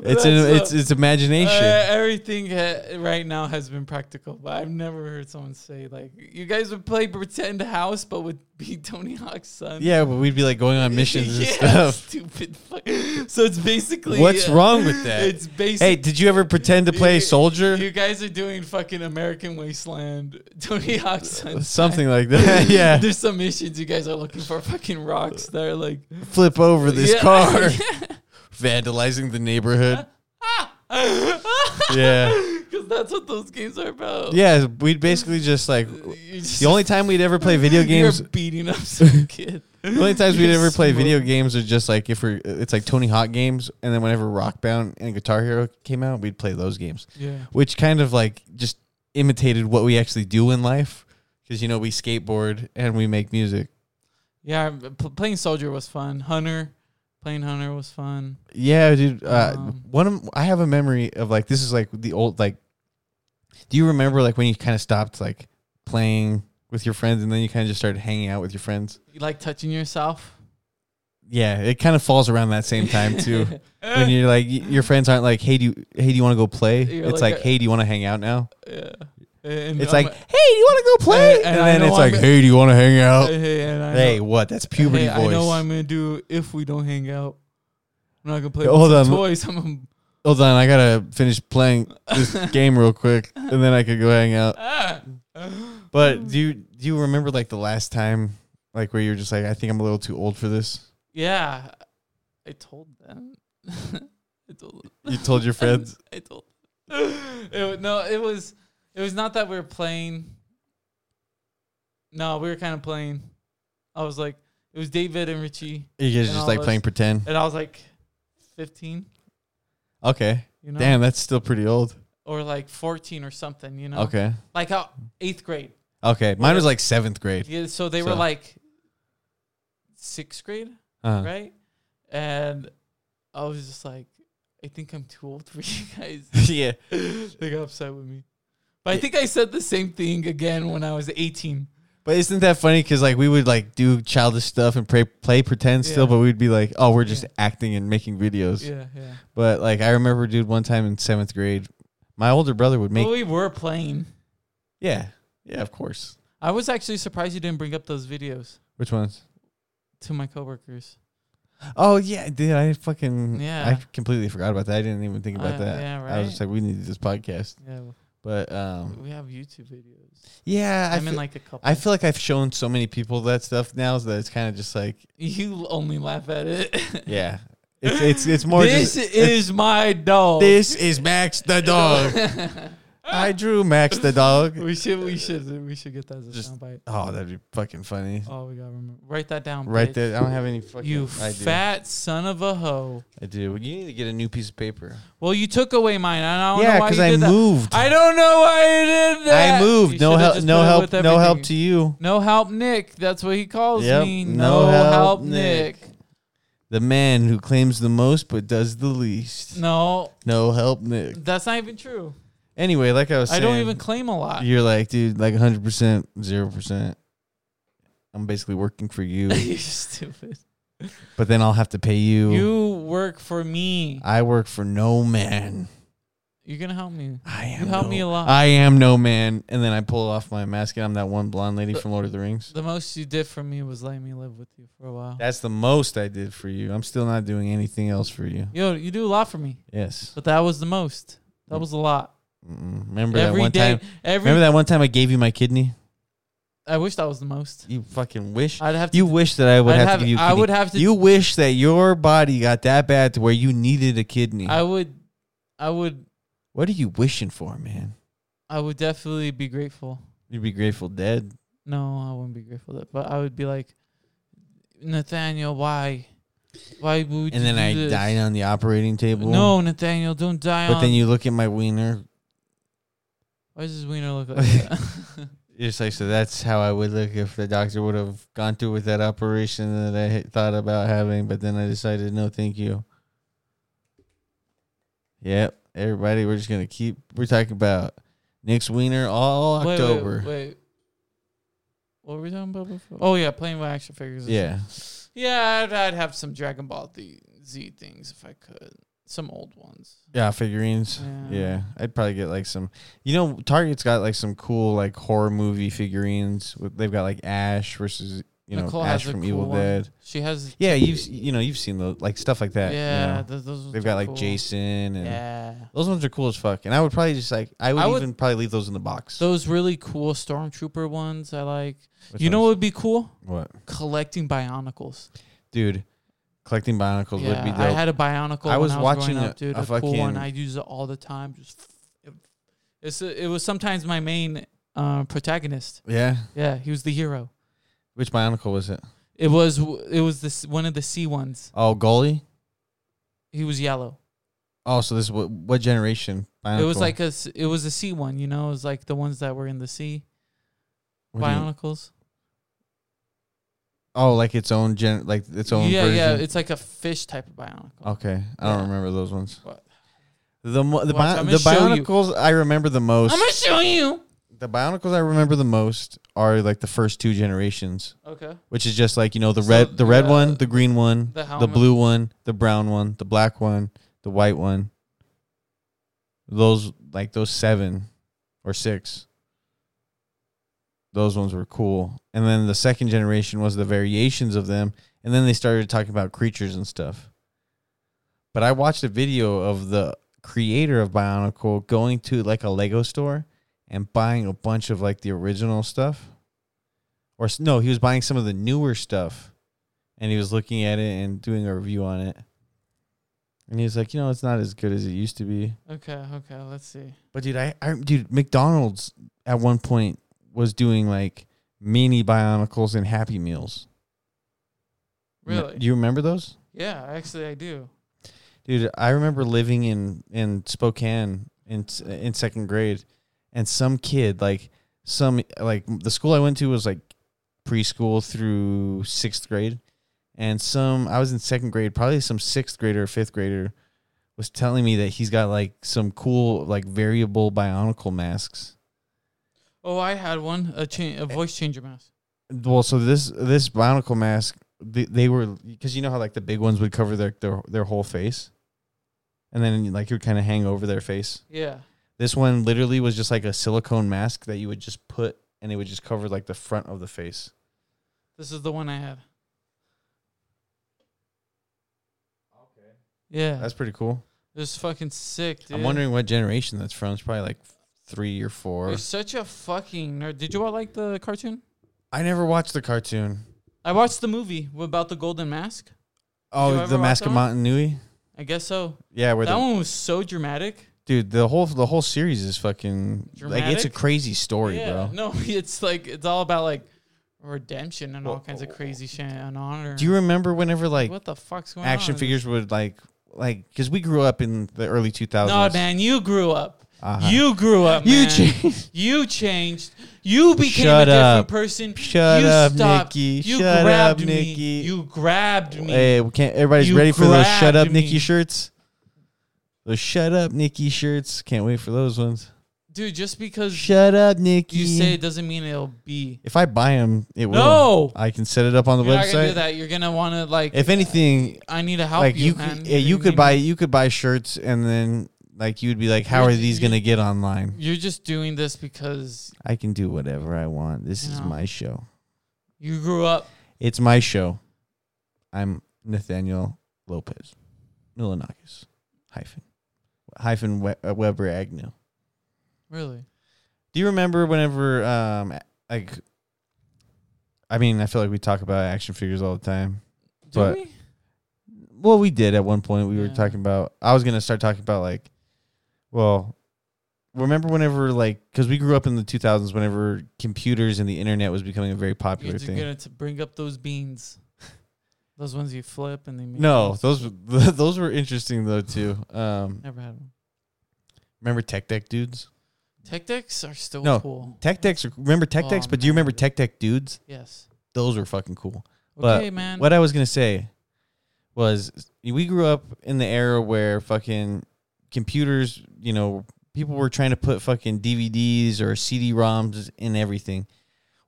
Speaker 2: It's
Speaker 1: That's
Speaker 2: an,
Speaker 1: a-
Speaker 2: it's it's imagination.
Speaker 1: Uh, everything ha- right now has been practical, but I've never heard someone say like, "You guys would play pretend house, but would be Tony Hawk's son."
Speaker 2: Yeah, but we'd be like going on missions
Speaker 1: Yeah,
Speaker 2: and stuff.
Speaker 1: Stupid. Fuck. So it's basically uh,
Speaker 2: What's wrong with that?
Speaker 1: It's
Speaker 2: Hey,
Speaker 1: basically.
Speaker 2: did you ever pretend to play
Speaker 1: You-
Speaker 2: soldier?
Speaker 1: you guys are doing fucking American Wasteland, Tony Hawk's son.
Speaker 2: Something like that. yeah.
Speaker 1: There's some missions you guys are looking for fucking rocks that are like
Speaker 2: Flip over this
Speaker 1: Yeah.
Speaker 2: car. Vandalizing the neighborhood. Yeah.
Speaker 1: Because that's what those games are about.
Speaker 2: Yeah, we'd basically just like
Speaker 1: You just-
Speaker 2: the only time we'd ever play video games
Speaker 1: You're beating up some kid.
Speaker 2: the only times we'd ever play video games are just like if we're it's like Tony Hawk games and then whenever Rock Bound and Guitar Hero came out, we'd play those games.
Speaker 1: Yeah.
Speaker 2: which kind of like just imitated what we actually do in life because you know we skateboard and we make music
Speaker 1: Yeah. P- playing Soldier was fun. Hunter. Playing Hunter was fun.
Speaker 2: yeah dude uh,
Speaker 1: Um,
Speaker 2: one of, i have a memory of like this is like the old like do you remember like when you kind of stopped like playing with your friends and then you kind of just started hanging out with your friends
Speaker 1: You like touching yourself?
Speaker 2: yeah it kind of falls around that same time too when you're like y- your friends aren't like hey do you hey do you want to go play
Speaker 1: You're
Speaker 2: it's
Speaker 1: like
Speaker 2: like
Speaker 1: a-
Speaker 2: hey do you want to hang out now
Speaker 1: Yeah. And
Speaker 2: it's
Speaker 1: I'm Uh,
Speaker 2: like hey do you want to go play
Speaker 1: And-
Speaker 2: and,
Speaker 1: and I
Speaker 2: then
Speaker 1: know
Speaker 2: it's like
Speaker 1: I'm-
Speaker 2: hey do you want to hang out
Speaker 1: hey, and I
Speaker 2: oh, Hey,
Speaker 1: know,
Speaker 2: what? That's puberty
Speaker 1: hey,
Speaker 2: voice.
Speaker 1: I know what I'm gonna do if we don't hang out. I'm not gonna play
Speaker 2: Yo,
Speaker 1: with
Speaker 2: hold
Speaker 1: some
Speaker 2: on.
Speaker 1: toys. I'm gonna,
Speaker 2: Hold on, I gotta finish playing this game real quick, and then I could go hang out.
Speaker 1: ah.
Speaker 2: But
Speaker 1: Mm.
Speaker 2: do you do you remember like the last time, like where you're just like, I think I'm a little too old for this.
Speaker 1: Yeah, I told them. I told them.
Speaker 2: You told your friends.
Speaker 1: I told. It, wa- no, it was it was not that we were playing. No, we were kind of playing. I was like, it was David and Richie,
Speaker 2: You guys
Speaker 1: And
Speaker 2: just
Speaker 1: all
Speaker 2: like
Speaker 1: those-
Speaker 2: playing pretend.
Speaker 1: and I was like, fifteen,
Speaker 2: Okay,
Speaker 1: you know,
Speaker 2: damn, that's still pretty old.
Speaker 1: or like fourteen or something, you know,
Speaker 2: Okay,
Speaker 1: like how eighth grade.
Speaker 2: Okay, mine was like seventh grade.
Speaker 1: Yeah, so they were
Speaker 2: So-
Speaker 1: like sixth grade,
Speaker 2: Uh,
Speaker 1: right? And I was just like, I think I'm too old for you guys.
Speaker 2: yeah,
Speaker 1: they got upset with me. But I think I said the same thing again when I was 18.
Speaker 2: but isn't that funny? Because like we would like do childish stuff and play play pretend still,
Speaker 1: Yeah.
Speaker 2: but we'd be like, oh, we're just
Speaker 1: Yeah.
Speaker 2: acting and making videos.
Speaker 1: Yeah, yeah.
Speaker 2: But like I remember, dude, one time in seventh grade, my older brother would make.
Speaker 1: But we were playing.
Speaker 2: Yeah, yeah, of course.
Speaker 1: I was actually surprised you didn't bring up those videos
Speaker 2: Which ones?
Speaker 1: to my coworkers.
Speaker 2: Oh yeah, dude, I fucking
Speaker 1: Yeah.
Speaker 2: I completely forgot about that. I didn't even think about
Speaker 1: Uh,
Speaker 2: that.
Speaker 1: yeah,
Speaker 2: I
Speaker 1: right?
Speaker 2: was just like, we need to do this podcast.
Speaker 1: Yeah,
Speaker 2: But um,
Speaker 1: we have YouTube videos.
Speaker 2: yeah, I
Speaker 1: I'm in
Speaker 2: feel-
Speaker 1: like a couple.
Speaker 2: I feel like I've shown so many people that stuff now that it's kind of just like,
Speaker 1: you only laugh at it.
Speaker 2: yeah, it's it's it's more.
Speaker 1: this
Speaker 2: just,
Speaker 1: is my dog.
Speaker 2: this is Max the dog. I drew Max the dog.
Speaker 1: we should we should we should get that as a
Speaker 2: Just-
Speaker 1: soundbite.
Speaker 2: Oh, that'd be fucking funny.
Speaker 1: Oh, we gotta remember. Write that down.
Speaker 2: Right
Speaker 1: bitch.
Speaker 2: there, I don't have any fucking.
Speaker 1: You
Speaker 2: I do.
Speaker 1: fat son of a hoe.
Speaker 2: I do. You need to get a new piece of paper.
Speaker 1: Well, you took away mine. I don't
Speaker 2: Yeah,
Speaker 1: know why
Speaker 2: because
Speaker 1: you
Speaker 2: I
Speaker 1: did that.
Speaker 2: moved.
Speaker 1: I don't know why you did that.
Speaker 2: I
Speaker 1: You
Speaker 2: moved. No
Speaker 1: should've
Speaker 2: help.
Speaker 1: just
Speaker 2: No
Speaker 1: put it
Speaker 2: help.
Speaker 1: with
Speaker 2: No help
Speaker 1: everything.
Speaker 2: to you.
Speaker 1: No help, Nick. That's what he calls
Speaker 2: Yep.
Speaker 1: me.
Speaker 2: No
Speaker 1: No,
Speaker 2: help,
Speaker 1: help,
Speaker 2: Nick.
Speaker 1: Nick.
Speaker 2: The man who claims the most but does the least.
Speaker 1: No,
Speaker 2: No help, Nick.
Speaker 1: that's not even true.
Speaker 2: Anyway, like I was
Speaker 1: I
Speaker 2: saying,
Speaker 1: don't even claim a lot.
Speaker 2: You're like, dude, like 100 percent, zero percent. I'm basically working for you,
Speaker 1: You're stupid.
Speaker 2: but then I'll have to pay you.
Speaker 1: You work for me.
Speaker 2: I work for no man.
Speaker 1: You're gonna help me.
Speaker 2: I am.
Speaker 1: You help
Speaker 2: no-
Speaker 1: me a lot.
Speaker 2: I am no man. And then I pull off my mask, and I'm that one blonde lady
Speaker 1: But-
Speaker 2: from Lord of the Rings.
Speaker 1: The most you did for me was let me live with you for a while.
Speaker 2: That's the most I did for you. I'm still not doing anything else for you.
Speaker 1: Yo, you do a lot for me,
Speaker 2: Yes.
Speaker 1: but that was the most. That was a lot.
Speaker 2: Mm-mm. Remember that
Speaker 1: Every
Speaker 2: one
Speaker 1: day,
Speaker 2: time.
Speaker 1: every.
Speaker 2: Remember that one time I gave you my kidney?
Speaker 1: I wish that was the most.
Speaker 2: You fucking wish.
Speaker 1: I'd have to.
Speaker 2: You wish that I would
Speaker 1: I'd
Speaker 2: have,
Speaker 1: have-
Speaker 2: to give you. a
Speaker 1: I
Speaker 2: kidney.
Speaker 1: would have to-
Speaker 2: You wish that your body got that bad to where you needed a kidney.
Speaker 1: I would. I would.
Speaker 2: what are you wishing for, man?
Speaker 1: I would definitely be grateful.
Speaker 2: You'd be grateful dead.
Speaker 1: No, I wouldn't be grateful. That, but I would be like, Nathaniel, why? Why would you
Speaker 2: And then
Speaker 1: do
Speaker 2: I
Speaker 1: this?
Speaker 2: died on the operating table.
Speaker 1: No, Nathaniel, don't die
Speaker 2: But
Speaker 1: on.
Speaker 2: then you look at my wiener.
Speaker 1: why does his wiener look like that?
Speaker 2: It's like so. That's how I would look if the doctor would have gone through with that operation that I had thought about having. But then I decided, no, thank you. Yep, everybody, we're just gonna keep. We're talking about Nick's wiener all
Speaker 1: Wait,
Speaker 2: October.
Speaker 1: Wait, wait. What were we talking about before? Oh yeah, playing with action figures. and
Speaker 2: Yeah.
Speaker 1: stuff. Yeah, I'd, I'd have some Dragon Ball the Z things if I could. Some old ones.
Speaker 2: Yeah, figurines. Yeah.
Speaker 1: Yeah.
Speaker 2: I'd probably get like some. You know, Target's got like some cool like horror movie figurines. with- They've got like Ash versus you know
Speaker 1: Nicole
Speaker 2: Ash
Speaker 1: has a
Speaker 2: from
Speaker 1: cool
Speaker 2: Evil
Speaker 1: one.
Speaker 2: Dead.
Speaker 1: She has.
Speaker 2: Yeah, you've you know you've seen the like stuff like
Speaker 1: Yeah,
Speaker 2: that. you know.
Speaker 1: th- those. ones
Speaker 2: they've
Speaker 1: are
Speaker 2: got like
Speaker 1: cool.
Speaker 2: Jason and
Speaker 1: Yeah.
Speaker 2: those ones are cool as fuck. And I would probably just like I would,
Speaker 1: I would-
Speaker 2: even probably leave those in the box.
Speaker 1: Those really cool stormtrooper ones I like.
Speaker 2: Which
Speaker 1: you know what
Speaker 2: ones?
Speaker 1: would be cool?
Speaker 2: what,
Speaker 1: Collecting bionicles.
Speaker 2: dude? Collecting bionicles
Speaker 1: Yeah,
Speaker 2: would be dope.
Speaker 1: I had a bionicle.
Speaker 2: I
Speaker 1: when
Speaker 2: was
Speaker 1: I was
Speaker 2: watching
Speaker 1: growing
Speaker 2: a-
Speaker 1: up, dude,
Speaker 2: a
Speaker 1: a, cool
Speaker 2: fucking-
Speaker 1: one. I use it all the time. Just it's a, it was sometimes my main uh, protagonist.
Speaker 2: yeah.
Speaker 1: Yeah, he was the hero.
Speaker 2: Which bionicle was it?
Speaker 1: It was it was this one of the C ones.
Speaker 2: Oh, goalie.
Speaker 1: He was yellow.
Speaker 2: Oh, so this is what, what generation? Bionicle?
Speaker 1: It was like a s- it was a C one. You know, it was like the ones that were in the sea
Speaker 2: What do you-
Speaker 1: bionicles.
Speaker 2: Oh, like its own gen, like its own.
Speaker 1: yeah,
Speaker 2: version.
Speaker 1: yeah. It's like a fish type of bionicle.
Speaker 2: Okay, I don't
Speaker 1: Yeah.
Speaker 2: remember those ones.
Speaker 1: What?
Speaker 2: The mo-
Speaker 1: Watch,
Speaker 2: the, bio-
Speaker 1: I'm
Speaker 2: the
Speaker 1: gonna show you.
Speaker 2: Bionicles I remember the most.
Speaker 1: I'm gonna show you.
Speaker 2: the Bionicles I remember the most are like the first two generations,
Speaker 1: Okay.
Speaker 2: which is just like you know the
Speaker 1: So,
Speaker 2: red, the red
Speaker 1: yeah,
Speaker 2: one, the green one,
Speaker 1: the
Speaker 2: the,
Speaker 1: helmet.
Speaker 2: blue one, the brown one, the black one, the white one. Those like those seven or six. Those ones were cool, and then the second generation was the variations of them, and then they started talking about creatures and stuff. But I watched a video of the creator of Bionicle going to like a Lego store and buying a bunch of like the original stuff. Or s- no, he was buying some of the newer stuff and he was looking at it and doing a review on it. And he was like, you know, it's not as good as it used to be.
Speaker 1: Okay. Okay. Let's see.
Speaker 2: But dude, I, I dude, McDonald's at one point was doing like mini Bionicles and Happy Meals. Me-
Speaker 1: Really?
Speaker 2: Do you remember those?
Speaker 1: yeah. Actually, I do.
Speaker 2: Dude, I remember living in in Spokane in s- in second grade, and some kid like some like the school I went to was like preschool through sixth grade, and some I was in second grade, probably some sixth grader or fifth grader was telling me that he's got like some cool like variable bionicle masks.
Speaker 1: Oh, I had one a cha- a voice changer mask.
Speaker 2: Well, so this this bionicle mask they, they were because you know how like the big ones would cover their their, their whole face, and then like it would kind of hang over their face.
Speaker 1: Yeah.
Speaker 2: This one literally was just like a silicone mask that you would just put and it would just cover like the front of the face.
Speaker 1: This is the one I had. Yeah.
Speaker 2: That's pretty cool.
Speaker 1: it was fucking sick, dude.
Speaker 2: I'm wondering what generation that's from. It's probably like three or four.
Speaker 1: You're such a fucking nerd. Did you all like the cartoon?
Speaker 2: I never watched the cartoon.
Speaker 1: I watched the movie about the golden mask. you
Speaker 2: Oh,
Speaker 1: ever
Speaker 2: the
Speaker 1: watch
Speaker 2: Mask
Speaker 1: that
Speaker 2: of
Speaker 1: one?
Speaker 2: Montanui.
Speaker 1: I guess so.
Speaker 2: Yeah, where
Speaker 1: That
Speaker 2: the
Speaker 1: one was so dramatic.
Speaker 2: dude the whole the whole series is fucking like it's a
Speaker 1: Dramatic?
Speaker 2: crazy story,
Speaker 1: yeah.
Speaker 2: bro.
Speaker 1: No, it's like it's all about like redemption and all
Speaker 2: Well,
Speaker 1: kinds of crazy shit and honor.
Speaker 2: Do you remember whenever like
Speaker 1: what the fuck's going on?
Speaker 2: action
Speaker 1: with
Speaker 2: figures would like like because we grew up in the early 2000s?
Speaker 1: this? No, man, you grew up.
Speaker 2: Uh-huh.
Speaker 1: You grew up.
Speaker 2: You
Speaker 1: man.
Speaker 2: changed.
Speaker 1: You changed. You became a
Speaker 2: Shut
Speaker 1: different
Speaker 2: up.
Speaker 1: person.
Speaker 2: Shut
Speaker 1: you
Speaker 2: up,
Speaker 1: stopped.
Speaker 2: Nikki.
Speaker 1: You
Speaker 2: Shut
Speaker 1: grabbed
Speaker 2: up,
Speaker 1: me.
Speaker 2: Nikki.
Speaker 1: You grabbed me.
Speaker 2: Hey, we can't. Everybody's
Speaker 1: You
Speaker 2: ready for those "Shut Up,
Speaker 1: grabbed me.
Speaker 2: Nikki" shirts. Those "Shut Up, Nikki" shirts. Can't wait for those ones.
Speaker 1: Dude, just because
Speaker 2: Shut up, Nikki.
Speaker 1: you say it doesn't mean it'll be.
Speaker 2: if I buy them, it will.
Speaker 1: No!
Speaker 2: I can set it up on the
Speaker 1: You're not gonna do
Speaker 2: website.
Speaker 1: that. You're gonna want to like.
Speaker 2: If anything,
Speaker 1: I need to help
Speaker 2: like
Speaker 1: you,
Speaker 2: you,
Speaker 1: man.
Speaker 2: could, yeah, you could buy you could buy shirts, and then like you'd be like, "How
Speaker 1: You're-
Speaker 2: are these
Speaker 1: you're-
Speaker 2: gonna get online?"
Speaker 1: You're just doing this because
Speaker 2: I can do whatever I want. This is
Speaker 1: No.
Speaker 2: my show.
Speaker 1: you grew up.
Speaker 2: It's my show. I'm Nathaniel Lopez, Milanakis, hyphen, hyphen We- uh, Weber Agnew.
Speaker 1: Really?
Speaker 2: Do you remember whenever um like I mean, I feel like we talk about action figures all the time.
Speaker 1: Do
Speaker 2: But-
Speaker 1: we?
Speaker 2: Well, we did at one point. We were
Speaker 1: Yeah.
Speaker 2: talking about I was going to start talking about like well, remember whenever like cuz we grew up in the 2000s whenever computers and the internet was becoming a very
Speaker 1: You're
Speaker 2: popular
Speaker 1: just
Speaker 2: thing.
Speaker 1: gonna to bring up those beans. those ones you flip and they make
Speaker 2: No,
Speaker 1: noise.
Speaker 2: those those were interesting though too. Um
Speaker 1: never had one.
Speaker 2: remember Tech Deck dudes?
Speaker 1: Tech decks are still
Speaker 2: No.
Speaker 1: cool.
Speaker 2: Tech Decks are- remember Tech
Speaker 1: Oh,
Speaker 2: Decks, but do you
Speaker 1: man.
Speaker 2: remember Tech Deck dudes?
Speaker 1: Yes.
Speaker 2: Those were fucking cool. But
Speaker 1: Okay, man.
Speaker 2: What I was gonna say was we grew up in the era where fucking computers, you know, people were trying to put fucking DVDs or CD ROMs in everything.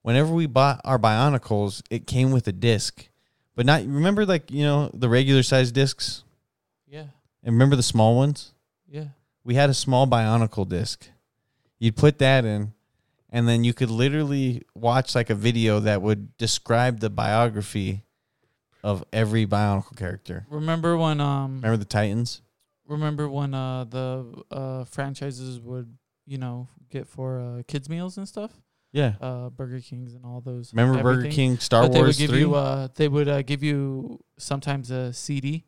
Speaker 2: Whenever we bought our Bionicles, it came with a disc, but not remember like you know the regular size discs
Speaker 1: Yeah.
Speaker 2: and remember the small ones.
Speaker 1: Yeah.
Speaker 2: We had a small Bionicle disc. You'd put that in. And then you could literally watch like a video that would describe the biography of every Bionicle character.
Speaker 1: Remember when um
Speaker 2: Remember the Titans?
Speaker 1: remember when uh the uh franchises would you know get for uh kids meals and stuff
Speaker 2: Yeah.
Speaker 1: uh burger kings and all those
Speaker 2: Remember Burger
Speaker 1: everything.
Speaker 2: King, Star
Speaker 1: but they
Speaker 2: Wars
Speaker 1: would give
Speaker 2: 3?
Speaker 1: you uh they would uh, give you sometimes a cd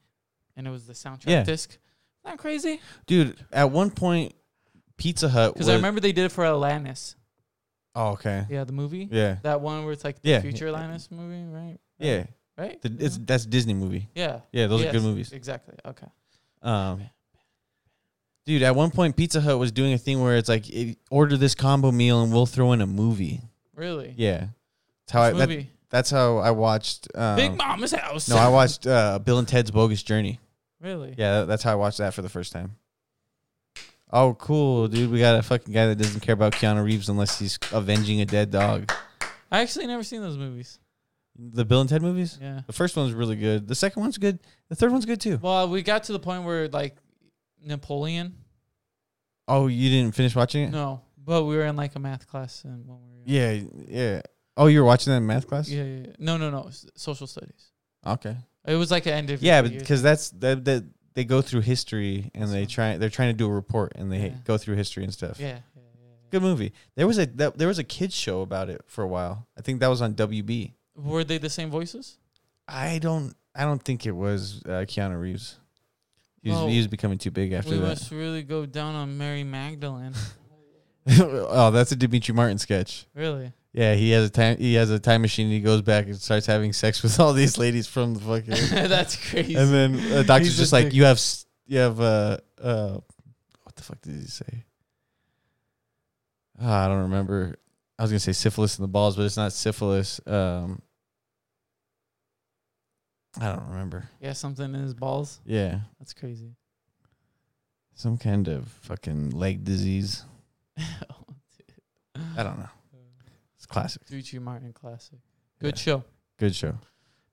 Speaker 1: and it was the soundtrack
Speaker 2: Yeah.
Speaker 1: disc not crazy
Speaker 2: Dude, at one point, Pizza Hut
Speaker 1: because
Speaker 2: was.
Speaker 1: i remember they did it for atlantis
Speaker 2: Oh, okay.
Speaker 1: yeah the movie
Speaker 2: Yeah.
Speaker 1: that one where it's like the
Speaker 2: Yeah.
Speaker 1: future atlantis movie right
Speaker 2: Yeah.
Speaker 1: right Uh-huh.
Speaker 2: The, it's, that's Disney movie.
Speaker 1: yeah
Speaker 2: Yeah, those are
Speaker 1: Yes,
Speaker 2: good movies.
Speaker 1: exactly okay
Speaker 2: Um, dude, at one point, Pizza Hut was doing a thing where it's like, it, order this combo meal and we'll throw in a movie.
Speaker 1: really
Speaker 2: Yeah. That's how I,
Speaker 1: Which
Speaker 2: that-
Speaker 1: movie
Speaker 2: that's how I watched. Um,
Speaker 1: big mama's house
Speaker 2: no, I watched uh, Bill and Ted's Bogus Journey.
Speaker 1: really
Speaker 2: Yeah, that- that's how I watched that for the first time. Oh, cool, dude. We got a fucking guy that doesn't care about Keanu Reeves unless he's avenging a dead dog.
Speaker 1: i actually never seen those movies
Speaker 2: The Bill and Ted movies?
Speaker 1: yeah
Speaker 2: The first one's really good. The second one's good. The third one's good too.
Speaker 1: Well, we got to the point where like Napoleon.
Speaker 2: Oh, you didn't finish watching it?
Speaker 1: No, but we were in like a math class and when we were
Speaker 2: Yeah, yeah. Oh, you were watching that in math class?
Speaker 1: yeah, yeah, yeah. no no no s- social studies.
Speaker 2: Okay.
Speaker 1: It was like an end of
Speaker 2: Yeah,
Speaker 1: the year.
Speaker 2: because that's that, that they go through history and they try they're trying to do a report and they
Speaker 1: Yeah.
Speaker 2: go through history and stuff.
Speaker 1: yeah, yeah, yeah, yeah.
Speaker 2: Good movie. There was a that, there was a kids show about it for a while. I think that was on WB.
Speaker 1: were they the same voices?
Speaker 2: I don't I don't think it was uh, Keanu Reeves. He was,
Speaker 1: Oh.
Speaker 2: he was becoming too big after
Speaker 1: we
Speaker 2: that.
Speaker 1: must really go down on Mary Magdalene.
Speaker 2: oh, that's a Dimitri Martin sketch.
Speaker 1: really?
Speaker 2: Yeah, he has a time he has a time machine and he goes back and starts having sex with all these ladies from the fucking
Speaker 1: That's crazy.
Speaker 2: And then the doctor's
Speaker 1: he's a
Speaker 2: just like
Speaker 1: dick.
Speaker 2: you have s- you have uh uh what the fuck did he say? Ah, I don't remember. I was gonna say syphilis in the balls, but it's not syphilis. Um, I don't remember.
Speaker 1: Yeah, something in his balls.
Speaker 2: Yeah,
Speaker 1: That's crazy.
Speaker 2: some kind of fucking leg disease. I don't know. It's classic.
Speaker 1: Gucci Martin classic. Good
Speaker 2: Yeah.
Speaker 1: show.
Speaker 2: Good show.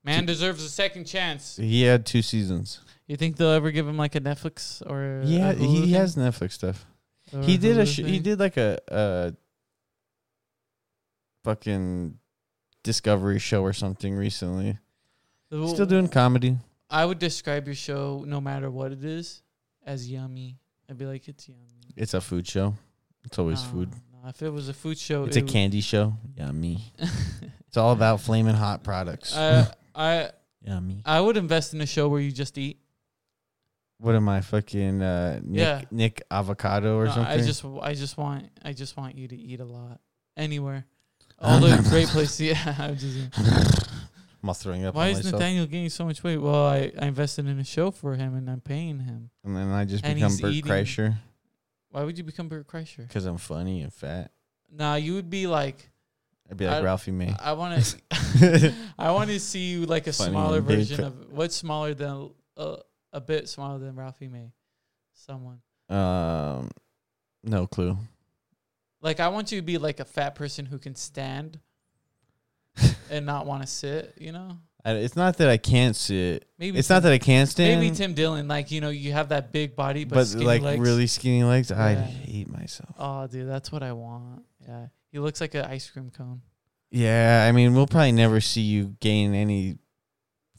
Speaker 1: Man deserves a second chance.
Speaker 2: He had two seasons.
Speaker 1: You think they'll ever give him like a Netflix or a
Speaker 2: Yeah,
Speaker 1: Hulu
Speaker 2: he
Speaker 1: thing?
Speaker 2: has Netflix stuff.
Speaker 1: Or
Speaker 2: He did a
Speaker 1: Hulu
Speaker 2: sh- he
Speaker 1: thing?
Speaker 2: did like a uh fucking discovery show or something recently.
Speaker 1: The-
Speaker 2: Still doing comedy.
Speaker 1: I would describe your show, no matter what it is, as yummy. I'd be like, it's yummy.
Speaker 2: It's a food show. It's always
Speaker 1: Nah,
Speaker 2: food.
Speaker 1: nah, if it was a food show,
Speaker 2: It's a
Speaker 1: Oh. it would-
Speaker 2: candy show. Yummy. It's all about flaming hot products.
Speaker 1: I uh, I
Speaker 2: Yummy.
Speaker 1: I would invest in a show where you just eat.
Speaker 2: What am I fucking uh Nick
Speaker 1: Yeah.
Speaker 2: Nick avocado or
Speaker 1: No,
Speaker 2: something?
Speaker 1: I just I just want I just want you to eat a lot anywhere. All the great places. Yeah, I'm just.
Speaker 2: I'm all throwing up
Speaker 1: Why
Speaker 2: on
Speaker 1: is
Speaker 2: myself.
Speaker 1: Nathaniel gaining so much weight? Well, I, I invested in a show for him and I'm paying him.
Speaker 2: and then I just
Speaker 1: And
Speaker 2: become
Speaker 1: he's
Speaker 2: Bert
Speaker 1: eating-
Speaker 2: Kreischer
Speaker 1: Why would you become Bert Kreischer?
Speaker 2: because I'm funny and fat.
Speaker 1: Nah, you would be like,
Speaker 2: I'd be like
Speaker 1: I-
Speaker 2: Ralphie May.
Speaker 1: I want to, I want to see you like a
Speaker 2: Funny
Speaker 1: smaller
Speaker 2: and big
Speaker 1: version
Speaker 2: cra-
Speaker 1: of what's smaller than uh, a bit smaller than Ralphie May, someone
Speaker 2: um, no clue.
Speaker 1: like I want you to be like a fat person who can stand and not want to sit. You know,
Speaker 2: I, it's not that I can't sit.
Speaker 1: maybe
Speaker 2: It's not that I can't stand.
Speaker 1: maybe Tim Dillon, like you know, you have that big body but,
Speaker 2: but
Speaker 1: skinny
Speaker 2: like
Speaker 1: legs.
Speaker 2: really skinny legs, I
Speaker 1: Yeah.
Speaker 2: hate myself.
Speaker 1: Oh, dude, that's what I want. Yeah, he looks like an ice cream cone.
Speaker 2: Yeah, I mean, we'll probably never see you gain any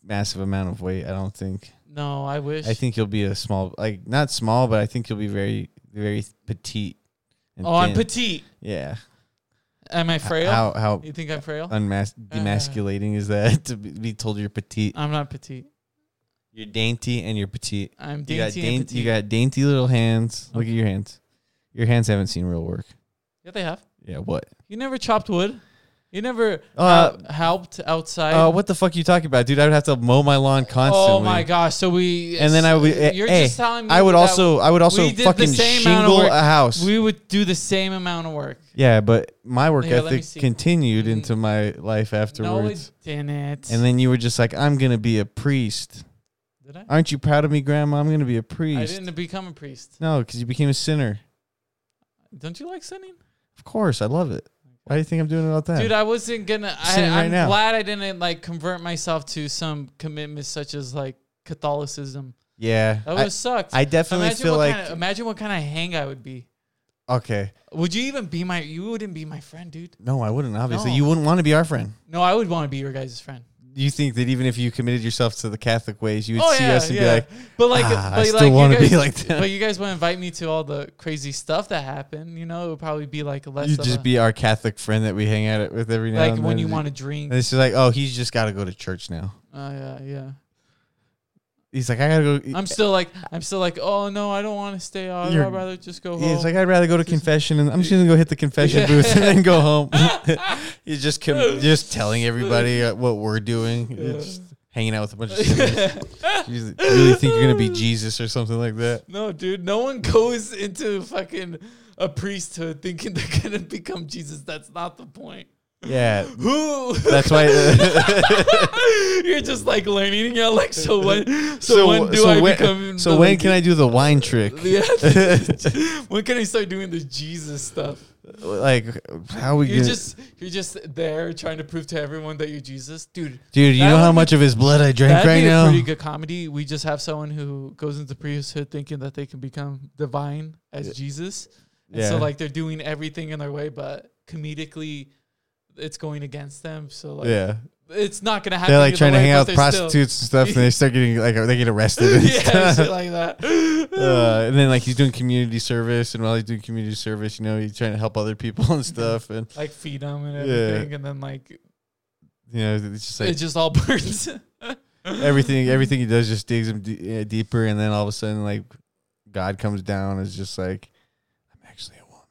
Speaker 2: massive amount of weight. I don't think.
Speaker 1: No, I wish.
Speaker 2: I think you'll be a small, like not small, but I think you'll be very, very petite. and
Speaker 1: Oh, I'm
Speaker 2: thin.
Speaker 1: petite.
Speaker 2: Yeah.
Speaker 1: Am I frail?
Speaker 2: How how
Speaker 1: you Uh. think I'm frail?
Speaker 2: unmas- demasculating is that to be- be told you're petite?
Speaker 1: I'm not petite.
Speaker 2: You're dainty and you're petite.
Speaker 1: I'm
Speaker 2: You got
Speaker 1: dainty and
Speaker 2: dainty.
Speaker 1: petite.
Speaker 2: You got dainty little hands. Look at
Speaker 1: Okay.
Speaker 2: your hands. Your hands haven't seen real work.
Speaker 1: yeah, they have.
Speaker 2: Yeah. What?
Speaker 1: You never chopped wood. You never
Speaker 2: Uh,
Speaker 1: hel- helped outside.
Speaker 2: Oh, what the fuck you talking about, dude? I would have to mow my lawn constantly.
Speaker 1: oh my gosh! So we
Speaker 2: And then I would. eh,
Speaker 1: You're
Speaker 2: hey,
Speaker 1: just telling me
Speaker 2: I would
Speaker 1: that
Speaker 2: also. I would also
Speaker 1: we did the
Speaker 2: fucking
Speaker 1: same amount of
Speaker 2: shingle
Speaker 1: work.
Speaker 2: a house.
Speaker 1: we would do the same amount of work.
Speaker 2: yeah, but my work
Speaker 1: Here, let me
Speaker 2: ethic
Speaker 1: see.
Speaker 2: continued
Speaker 1: Mm.
Speaker 2: into my life
Speaker 1: No, it
Speaker 2: afterwards.
Speaker 1: didn't.
Speaker 2: and then you were just like, "I'm gonna be a priest."
Speaker 1: Did I?
Speaker 2: Aren't you proud of me, Grandma? I'm gonna be a
Speaker 1: I
Speaker 2: priest.
Speaker 1: didn't become a priest.
Speaker 2: No, because you became a sinner.
Speaker 1: Don't you like sinning?
Speaker 2: Of course, I love it. Why do you think I'm doing it all the time?
Speaker 1: Dude, I wasn't gonna. I,
Speaker 2: Sinning right
Speaker 1: I'm
Speaker 2: now.
Speaker 1: glad I didn't like convert myself to some commitment such as like Catholicism.
Speaker 2: yeah,
Speaker 1: That
Speaker 2: I-
Speaker 1: would sucked.
Speaker 2: I, definitely
Speaker 1: imagine
Speaker 2: feel
Speaker 1: what
Speaker 2: like
Speaker 1: kinda, um, imagine what kind of hang I would be.
Speaker 2: okay.
Speaker 1: Would you even be my? You wouldn't be my friend, dude.
Speaker 2: No, I wouldn't. Obviously,
Speaker 1: No.
Speaker 2: you wouldn't want to be our friend.
Speaker 1: No, I would want to be your guys' friend.
Speaker 2: You think that even if you committed yourself to the Catholic ways, you would see us and be like,
Speaker 1: Oh, but like,
Speaker 2: "Ah,
Speaker 1: but
Speaker 2: I
Speaker 1: like,
Speaker 2: still
Speaker 1: you
Speaker 2: want to
Speaker 1: guys-
Speaker 2: be like them.
Speaker 1: But you guys wouldn't invite me to all the crazy stuff that happened. You know, it would probably be like less.
Speaker 2: You'd
Speaker 1: of
Speaker 2: just
Speaker 1: a-
Speaker 2: be our Catholic friend that we hang out with every now
Speaker 1: like
Speaker 2: and then.
Speaker 1: when you want to drink.
Speaker 2: And it's just like, oh, he's just got to go to church now.
Speaker 1: Oh yeah, yeah.
Speaker 2: He's like, I gotta go.
Speaker 1: I'm still like, I'm still like, oh no, I don't want to stay out.
Speaker 2: You're-
Speaker 1: I'd rather just go home.
Speaker 2: He's like, I'd rather go to
Speaker 1: Just-
Speaker 2: confession, and I'm just gonna go hit the confession
Speaker 1: Yeah.
Speaker 2: booth and then go home. he's just com- just telling everybody uh, what we're doing, He's just hanging out with a bunch of sinners. you really think you're gonna be Jesus or something like that?
Speaker 1: no, dude, no one goes into fucking a priesthood thinking they're gonna become Jesus. That's not the point.
Speaker 2: Yeah,
Speaker 1: Who?
Speaker 2: that's why.
Speaker 1: You're just like learning. and You're like, so when? So,
Speaker 2: so
Speaker 1: when do
Speaker 2: so
Speaker 1: I
Speaker 2: when,
Speaker 1: become?
Speaker 2: so when can I do the wine trick?
Speaker 1: Yeah. when can I start doing the Jesus stuff?
Speaker 2: Like, how we
Speaker 1: You're
Speaker 2: gonna,
Speaker 1: just you're just there trying to prove to everyone that you're Jesus, dude.
Speaker 2: dude? You
Speaker 1: that
Speaker 2: know
Speaker 1: would
Speaker 2: how
Speaker 1: be-
Speaker 2: much of his blood I drank
Speaker 1: That'd
Speaker 2: right
Speaker 1: be a
Speaker 2: now?
Speaker 1: pretty good comedy. We just have someone who goes into priesthood thinking that they can become divine as
Speaker 2: Yeah.
Speaker 1: Jesus, and so like they're doing everything in their way, but comedically, it's going against them. So like,
Speaker 2: yeah.
Speaker 1: it's not gonna happen.
Speaker 2: They're like
Speaker 1: either
Speaker 2: trying to
Speaker 1: way,
Speaker 2: hang
Speaker 1: but
Speaker 2: out with
Speaker 1: they're still-
Speaker 2: prostitutes and stuff, and they start getting like they get arrested and
Speaker 1: yeah,
Speaker 2: stuff.
Speaker 1: shit like that.
Speaker 2: Uh, and then like he's doing community service, and while he's doing community service, you know he's trying to help other people
Speaker 1: Mm-hmm.
Speaker 2: and stuff, and
Speaker 1: like feed them and
Speaker 2: Yeah.
Speaker 1: everything, and then like
Speaker 2: you know it's just
Speaker 1: it
Speaker 2: like
Speaker 1: just all burns.
Speaker 2: everything everything he does just digs him d- uh, deeper, and then all of a sudden like God comes down and is just like, I'm actually a woman.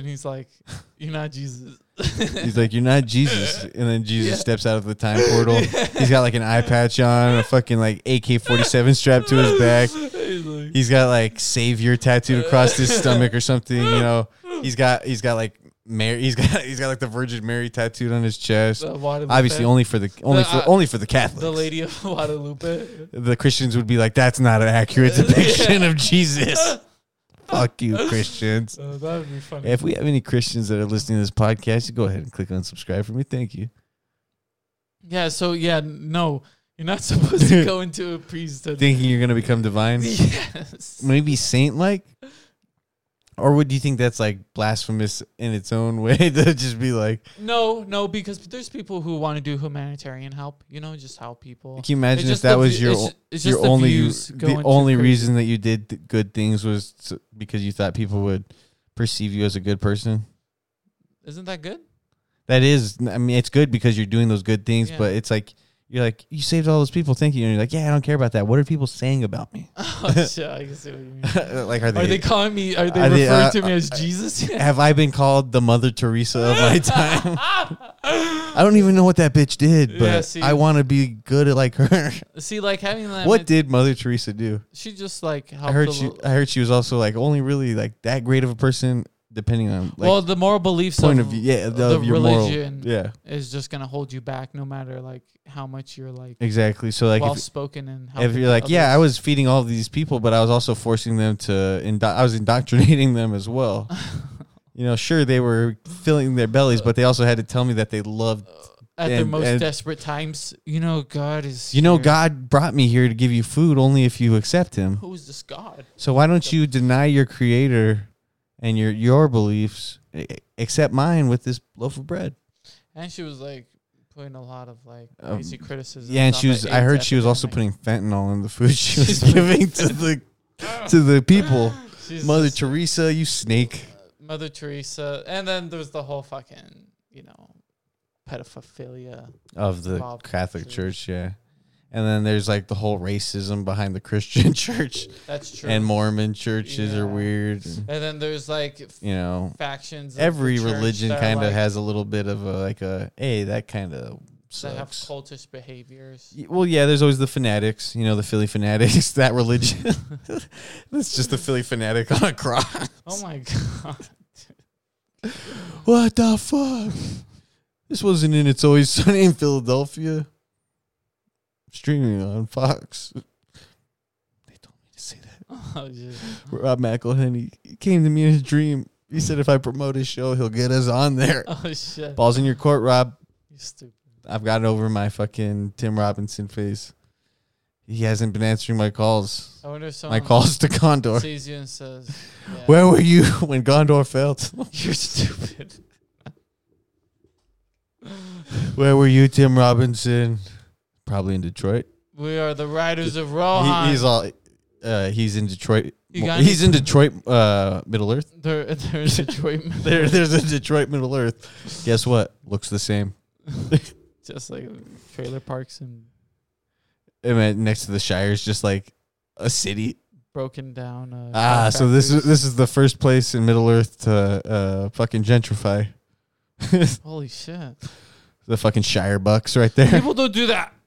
Speaker 1: And he's like, "You're not Jesus."
Speaker 2: He's like, you're not Jesus, and then Jesus steps out of the time portal. He's got like an eye patch on, a fucking like AK-47 strapped to his back.
Speaker 1: He's like,
Speaker 2: He's got like savior tattooed across his stomach or something, you know. He's got he's got like Mary. He's got he's got like the Virgin Mary tattooed on his chest.
Speaker 1: The Guadalupe-
Speaker 2: Obviously, only for the only for
Speaker 1: uh,
Speaker 2: only for the Catholics.
Speaker 1: the Lady of Guadalupe.
Speaker 2: the Christians would be like, "That's not an accurate depiction of Jesus." Fuck you, Christians.
Speaker 1: So that would be funny.
Speaker 2: If we have any Christians that are listening to this podcast, you go ahead and click on subscribe for me. Thank you.
Speaker 1: yeah. So yeah, no, you're not supposed to go into a priesthood.
Speaker 2: Thinking you're gonna become divine,
Speaker 1: yes.
Speaker 2: maybe saint-like, or would you think that's like blasphemous in its own way to just be like?
Speaker 1: No, no, because there's people who want to do humanitarian help. You know, just help people.
Speaker 2: Can you imagine
Speaker 1: It's
Speaker 2: if
Speaker 1: just
Speaker 2: that
Speaker 1: the
Speaker 2: was
Speaker 1: view-
Speaker 2: your
Speaker 1: it's ju- it's
Speaker 2: your
Speaker 1: just the
Speaker 2: only
Speaker 1: views
Speaker 2: the
Speaker 1: going too
Speaker 2: only
Speaker 1: crazy.
Speaker 2: reason that you did th- good things was s- because you thought people would perceive you as a good person?
Speaker 1: Isn't that good?
Speaker 2: That is, I mean, it's good because you're doing those good things,
Speaker 1: Yeah.
Speaker 2: but it's like you're like you saved all those people, thank you, and you're like, yeah, I don't care about that. What are people saying about me?
Speaker 1: Oh, shit, I can see what you mean.
Speaker 2: like, are they?
Speaker 1: Are they calling me? Are they
Speaker 2: Are
Speaker 1: referring
Speaker 2: they, uh,
Speaker 1: to me as Jesus?
Speaker 2: have I been called the Mother Teresa of my time? I don't even know what that bitch did, but
Speaker 1: Yeah, see.
Speaker 2: I want to be good at like her.
Speaker 1: see, like having that.
Speaker 2: what did Mother Teresa do?
Speaker 1: she just like? Helped
Speaker 2: I heard uh,
Speaker 1: a
Speaker 2: she.
Speaker 1: little-
Speaker 2: I heard she was also like only really like that great of a person, depending on like
Speaker 1: well, the moral beliefs
Speaker 2: point
Speaker 1: of,
Speaker 2: of view. Yeah,
Speaker 1: the
Speaker 2: of your moral-
Speaker 1: religion.
Speaker 2: Yeah,
Speaker 1: is just gonna hold you back, no matter like how much you're like,
Speaker 2: exactly. So like,
Speaker 1: well
Speaker 2: if,
Speaker 1: spoken and how.
Speaker 2: if you're like, yeah, I was feeding all these people, but I was also forcing them to. Indo- I was indoctrinating them as well. you know, sure they were filling their bellies, but they also had to tell me that they loved.
Speaker 1: uh, at their
Speaker 2: and-
Speaker 1: most
Speaker 2: and-
Speaker 1: desperate times, you know, God is.
Speaker 2: You know,
Speaker 1: here.
Speaker 2: God brought me here to give you food only if you accept Him.
Speaker 1: Who is this God?
Speaker 2: So why don't you deny your Creator and your your beliefs, a- accept mine with this loaf of bread?
Speaker 1: And she was like putting a lot of like
Speaker 2: Um,
Speaker 1: crazy criticism.
Speaker 2: Yeah, and she was. I heard she was also putting fentanyl in the food she was
Speaker 1: She's putting
Speaker 2: giving to the to the people.
Speaker 1: She's
Speaker 2: Mother
Speaker 1: just-
Speaker 2: Teresa, you snake.
Speaker 1: Mother Teresa, and then there's the whole fucking you know pedophilia.
Speaker 2: Of the
Speaker 1: Bob
Speaker 2: Catholic
Speaker 1: Church.
Speaker 2: Church, yeah. And then there's like the whole racism behind the Christian church
Speaker 1: That's true.
Speaker 2: and Mormon churches
Speaker 1: Yeah.
Speaker 2: are weird. And,
Speaker 1: And then there's like f-
Speaker 2: you know,
Speaker 1: factions. of the
Speaker 2: every
Speaker 1: church
Speaker 2: religion
Speaker 1: that are,
Speaker 2: kind of
Speaker 1: like,
Speaker 2: has a little bit of a like a hey, that kind of
Speaker 1: that have
Speaker 2: sucks.
Speaker 1: cultish behaviors.
Speaker 2: Y- Well, yeah, there's always the fanatics, you know, the Philly fanatics, that religion. That's just the Philly fanatic on a cross.
Speaker 1: Oh my god.
Speaker 2: What the fuck? This wasn't in It's Always Sunny in Philadelphia. Streaming on Fox. They told me to say that.
Speaker 1: Oh, just,
Speaker 2: Rob McElhenney he came to me in his dream. He said if I promote his show, he'll get us on there.
Speaker 1: oh shit.
Speaker 2: Balls in your court, Rob.
Speaker 1: You stupid.
Speaker 2: I've gotten over my fucking Tim Robinson phase. He hasn't been answering my calls.
Speaker 1: I wonder if
Speaker 2: My
Speaker 1: someone
Speaker 2: calls to Condor.
Speaker 1: sees you and says, yeah,
Speaker 2: Where were you when Gondor failed?
Speaker 1: "You're stupid."
Speaker 2: Where were you, Tim Robinson? Probably in Detroit.
Speaker 1: We are the riders of
Speaker 2: he,
Speaker 1: Rohan.
Speaker 2: he's all uh, he's in Detroit.
Speaker 1: Oh, You got
Speaker 2: he's in Detroit uh, Middle Earth.
Speaker 1: They're, they're in Detroit.
Speaker 2: There, there's a Detroit Middle Earth. Guess what? Looks the same.
Speaker 1: just like trailer parks and
Speaker 2: I mean, next to the Shire is just like a city.
Speaker 1: broken down. Uh,
Speaker 2: Ah,
Speaker 1: car
Speaker 2: so this is
Speaker 1: factories.
Speaker 2: this is the first place in Middle Earth to uh, fucking gentrify. the
Speaker 1: holy shit.
Speaker 2: fucking Shire Bucks right there.
Speaker 1: People don't do that.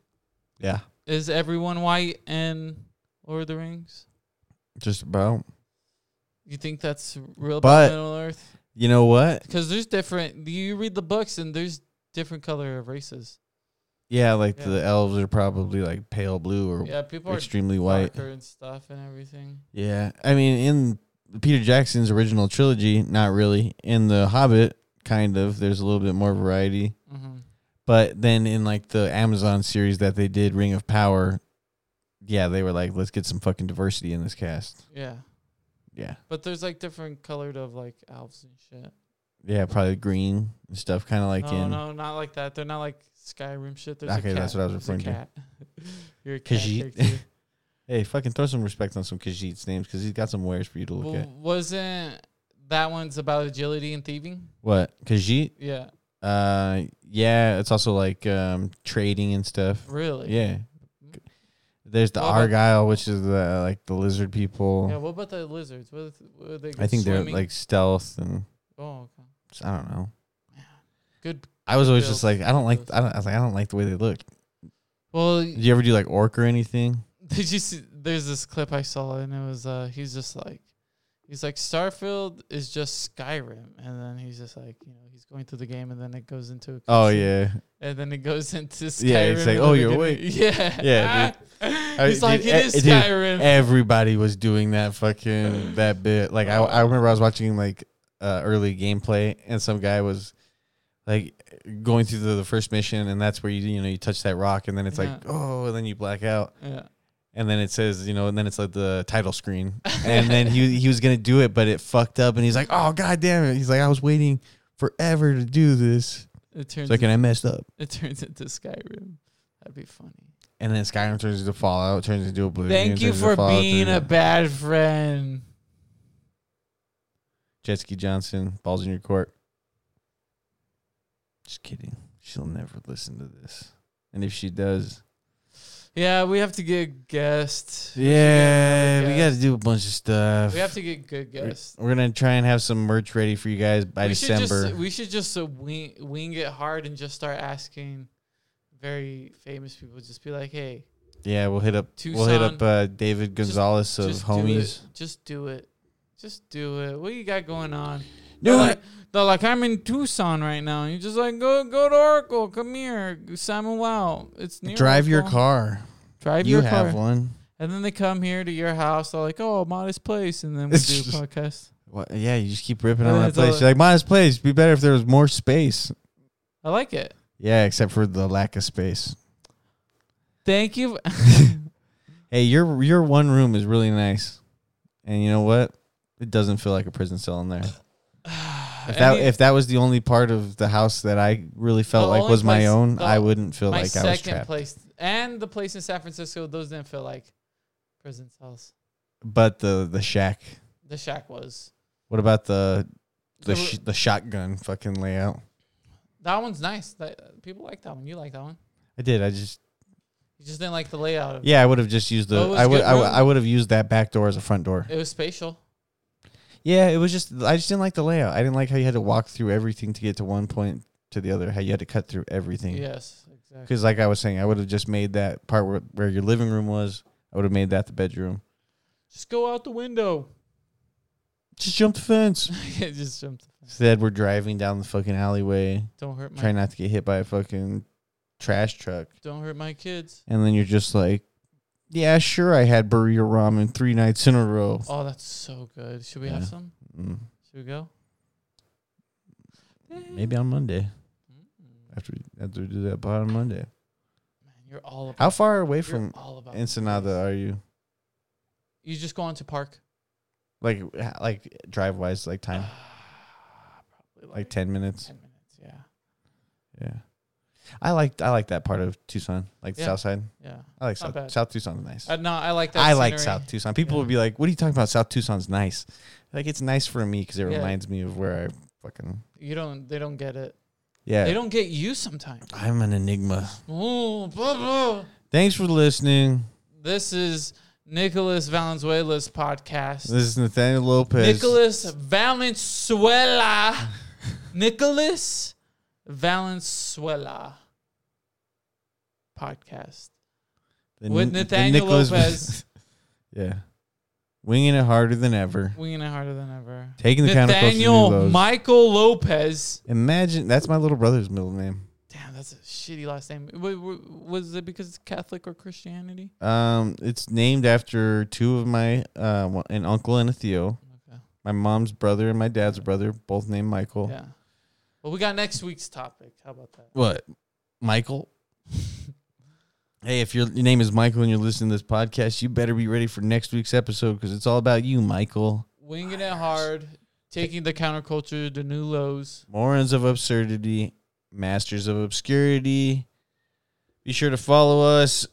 Speaker 2: Yeah,
Speaker 1: Is everyone white in Lord of the Rings?
Speaker 2: just about.
Speaker 1: You think that's real
Speaker 2: But-
Speaker 1: about Middle Earth?
Speaker 2: You know what?
Speaker 1: Because there's different. You read the books and there's different color of races.
Speaker 2: Yeah, like
Speaker 1: Yeah.
Speaker 2: the elves are probably like pale blue or
Speaker 1: Yeah, people are
Speaker 2: extremely white.
Speaker 1: darker and stuff and everything.
Speaker 2: Yeah, I mean, in Peter Jackson's original trilogy, not really. In The Hobbit, kind of. There's a little bit more variety,
Speaker 1: Mm-hmm.
Speaker 2: but then in like the Amazon series that they did, Ring of Power, yeah, they were like, let's get some fucking diversity in this cast.
Speaker 1: Yeah,
Speaker 2: Yeah,
Speaker 1: but there's like different colored of like elves and shit.
Speaker 2: yeah, probably green and stuff, kind of like
Speaker 1: no,
Speaker 2: in
Speaker 1: no, not like that. They're not like Skyrim shit. There's a
Speaker 2: Okay,
Speaker 1: cat.
Speaker 2: that's what I was
Speaker 1: There's
Speaker 2: referring to.
Speaker 1: a cat. You're a cat
Speaker 2: Khajiit.
Speaker 1: character.
Speaker 2: Hey, fucking throw some respect on some Khajiit's names because he's got some wares for you to look
Speaker 1: Well,
Speaker 2: at.
Speaker 1: wasn't that one's about agility and thieving?
Speaker 2: What Khajiit?
Speaker 1: Yeah,
Speaker 2: Uh, yeah, it's also like um trading and stuff.
Speaker 1: really.
Speaker 2: Yeah. There's the
Speaker 1: What about-
Speaker 2: Argyle, which is the like the lizard people.
Speaker 1: Yeah, What about the lizards? What if- what are they?
Speaker 2: I think
Speaker 1: swimming?
Speaker 2: they're like stealth and
Speaker 1: Oh, okay.
Speaker 2: I don't know.
Speaker 1: Good.
Speaker 2: I was always
Speaker 1: Stealth.
Speaker 2: just like I don't like I don't I, was like, I don't like the way they look.
Speaker 1: Well,
Speaker 2: Did you ever do like orc or anything?
Speaker 1: did you see? There's this clip I saw, and it was uh, he's just like, He's like, Starfield is just Skyrim, and then he's just like, you know, he's going through the game, and then it goes into a
Speaker 2: Oh
Speaker 1: cutscene,
Speaker 2: yeah,
Speaker 1: and then it goes into Skyrim.
Speaker 2: Yeah, it's like,
Speaker 1: in the
Speaker 2: oh, you're
Speaker 1: beginning. Yeah,
Speaker 2: Yeah,
Speaker 1: he's
Speaker 2: I-
Speaker 1: like,
Speaker 2: dude,
Speaker 1: it is
Speaker 2: e- dude,
Speaker 1: Skyrim.
Speaker 2: Everybody was doing that fucking that bit. Like I, I remember I was watching like uh, early gameplay, and some guy was like going through the, the first mission, and that's where you you know you touch that rock, and then it's like
Speaker 1: Yeah.
Speaker 2: oh, and then you black out,
Speaker 1: yeah.
Speaker 2: and then it says you know, and then it's like the title screen, and then he he was gonna do it, but it fucked up, and he's like oh god damn it, he's like I was waiting forever to do this,
Speaker 1: It turns
Speaker 2: so like and I messed up.
Speaker 1: it turns into Skyrim. That'd be funny.
Speaker 2: And then Skyrim turns into Fallout, turns into Oblivion.
Speaker 1: Thank you
Speaker 2: turns into
Speaker 1: for
Speaker 2: Fallout,
Speaker 1: being
Speaker 2: turns
Speaker 1: a
Speaker 2: into-
Speaker 1: bad friend.
Speaker 2: Jetski Johnson, balls in your court. Just kidding. She'll never listen to this. And if she does,
Speaker 1: Yeah, we have to get a guest.
Speaker 2: yeah, we got
Speaker 1: guest.
Speaker 2: to do a bunch of stuff.
Speaker 1: We have to get good
Speaker 2: We're-
Speaker 1: guests.
Speaker 2: We're gonna try and have some merch ready for you guys by
Speaker 1: we
Speaker 2: December.
Speaker 1: Should just, we should just uh, wing, wing it hard and just start asking very famous people. Just be like, hey,
Speaker 2: yeah, we'll hit up.
Speaker 1: Tucson.
Speaker 2: We'll hit up uh, David
Speaker 1: Just-
Speaker 2: Gonzalez of
Speaker 1: just
Speaker 2: Homies.
Speaker 1: do it. Just do it. Just do it. What you got going on?
Speaker 2: Do
Speaker 1: they're
Speaker 2: it.
Speaker 1: Like, they're like, I'm in Tucson right now. And you're just like, go go to Oracle. Come here, Simon. Wow, it's near
Speaker 2: Drive your
Speaker 1: Oracle.
Speaker 2: car.
Speaker 1: Drive
Speaker 2: you
Speaker 1: your
Speaker 2: have
Speaker 1: car.
Speaker 2: one.
Speaker 1: And then they come here to your house. They're like, oh, modest place. And then we
Speaker 2: It's
Speaker 1: do a
Speaker 2: just-
Speaker 1: podcast.
Speaker 2: What? Yeah, you just keep ripping
Speaker 1: And
Speaker 2: on
Speaker 1: then
Speaker 2: that
Speaker 1: it's all
Speaker 2: place.
Speaker 1: like-
Speaker 2: You're like, modest place. Be better if there was more space.
Speaker 1: I like it.
Speaker 2: Yeah, except for the lack of space.
Speaker 1: Thank you.
Speaker 2: Hey, your your one room is really nice, and you know what? It doesn't feel like a prison cell in there. If that
Speaker 1: Any-
Speaker 2: if that was the only part of the house that I really felt
Speaker 1: The
Speaker 2: like
Speaker 1: only
Speaker 2: was my
Speaker 1: place-
Speaker 2: own,
Speaker 1: the-
Speaker 2: I wouldn't feel
Speaker 1: my
Speaker 2: like I was
Speaker 1: second
Speaker 2: trapped.
Speaker 1: place and the place in San Francisco, those didn't feel like prison cells.
Speaker 2: But the the shack.
Speaker 1: The shack was.
Speaker 2: What about the the
Speaker 1: There
Speaker 2: sh-
Speaker 1: were-
Speaker 2: the shotgun fucking layout?
Speaker 1: that one's nice. That people like that one. You like that one.
Speaker 2: I did. I just
Speaker 1: You just didn't like the layout. Of
Speaker 2: yeah. I would have just used
Speaker 1: Well, it
Speaker 2: the.
Speaker 1: was
Speaker 2: I would
Speaker 1: good
Speaker 2: I, would-
Speaker 1: room.
Speaker 2: I would have used that back door as a front door.
Speaker 1: it. It was spatial.
Speaker 2: Yeah, it was just I just didn't like the layout. I didn't like how you had to walk through everything to get to one point to the other. How you had to cut through everything.
Speaker 1: Yes, exactly.
Speaker 2: Because, like I was saying, I would have just made that part where, where your living room was. I would have made that the bedroom.
Speaker 1: Just go out the window.
Speaker 2: Just jump the fence.
Speaker 1: Yeah, just jump.
Speaker 2: Instead, we're driving down the fucking alleyway,
Speaker 1: Don't hurt my.
Speaker 2: trying not to get hit by a fucking trash truck.
Speaker 1: Don't hurt my kids.
Speaker 2: And then you're just like, yeah, sure, I had burrito ramen three nights in a row.
Speaker 1: Oh, that's so good. Should we have
Speaker 2: Yeah.
Speaker 1: some?
Speaker 2: Mm,
Speaker 1: Should we go? Eh.
Speaker 2: Maybe on Monday
Speaker 1: Mm.
Speaker 2: after we, after we do that pod on Monday.
Speaker 1: Man, you're all about.
Speaker 2: How far away
Speaker 1: you're
Speaker 2: from
Speaker 1: all about the place.
Speaker 2: Ensenada are you?
Speaker 1: You just go on to park.
Speaker 2: Like, h- like drive wise, like time,
Speaker 1: Ah, Probably
Speaker 2: like ten minutes.
Speaker 1: ten minutes. Yeah,
Speaker 2: Yeah, I like I like that part of Tucson, like the
Speaker 1: Yeah.
Speaker 2: south side.
Speaker 1: yeah.
Speaker 2: I like
Speaker 1: Not
Speaker 2: South,
Speaker 1: bad.
Speaker 2: South Tucson's nice.
Speaker 1: Uh, no, I like that.
Speaker 2: I like
Speaker 1: scenery.
Speaker 2: South Tucson. People
Speaker 1: Yeah.
Speaker 2: would be like, "What are you talking about? South Tucson's nice." Like it's nice for me because it
Speaker 1: Yeah.
Speaker 2: reminds me of where I fucking
Speaker 1: You don't. They don't get it.
Speaker 2: yeah.
Speaker 1: They don't get you sometimes.
Speaker 2: I'm an enigma.
Speaker 1: Ooh, blah, blah.
Speaker 2: Thanks for listening.
Speaker 1: This is Nicholas Valenzuela's podcast.
Speaker 2: This is Nathaniel Lopez.
Speaker 1: Nicholas Valenzuela. Nicholas Valenzuela podcast
Speaker 2: the
Speaker 1: with
Speaker 2: N- the
Speaker 1: Nathaniel
Speaker 2: Nicholas-
Speaker 1: Lopez.
Speaker 2: yeah, winging it harder than ever.
Speaker 1: Winging it harder than ever.
Speaker 2: Taking the counter closer to new
Speaker 1: Nathaniel
Speaker 2: lows.
Speaker 1: Michael Lopez.
Speaker 2: Imagine that's my little brother's middle name.
Speaker 1: Damn, that's a shitty last name. W- w- was it because it's Catholic or Christianity?
Speaker 2: Um, it's named after two of my uh, one- an uncle and a Theo.
Speaker 1: Okay.
Speaker 2: My mom's brother and my dad's brother, both named Michael.
Speaker 1: Yeah. Well, we got next week's topic. How about that?
Speaker 2: What? Michael? hey, if your, your name is Michael and you're listening to this podcast, you better be ready for next week's episode because it's all about you, Michael.
Speaker 1: Winging it hard, taking the counterculture to new lows.
Speaker 2: Morons of absurdity, masters of obscurity. Be sure to follow us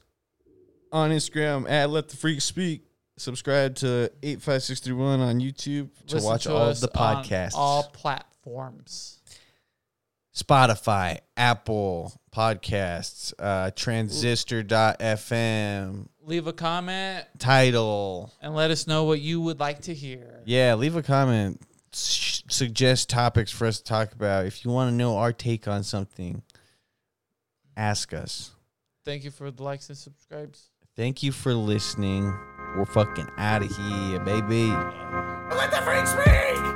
Speaker 2: on Instagram at Let the Freak Speak. Subscribe to 85631 on YouTube to
Speaker 1: Listen
Speaker 2: watch all of
Speaker 1: us
Speaker 2: the
Speaker 1: on
Speaker 2: podcasts.
Speaker 1: all platforms.
Speaker 2: Spotify, Apple Podcasts, uh, Transistor.fm,
Speaker 1: Leave a comment
Speaker 2: Title.
Speaker 1: and let us know what you would like to hear.
Speaker 2: Yeah, leave a comment. S- suggest topics for us to talk about. If you want to know our take on something, ask us.
Speaker 1: Thank you for the likes and subscribes.
Speaker 2: Thank you for listening. We're fucking out of here, baby.
Speaker 3: Let the freaks speak!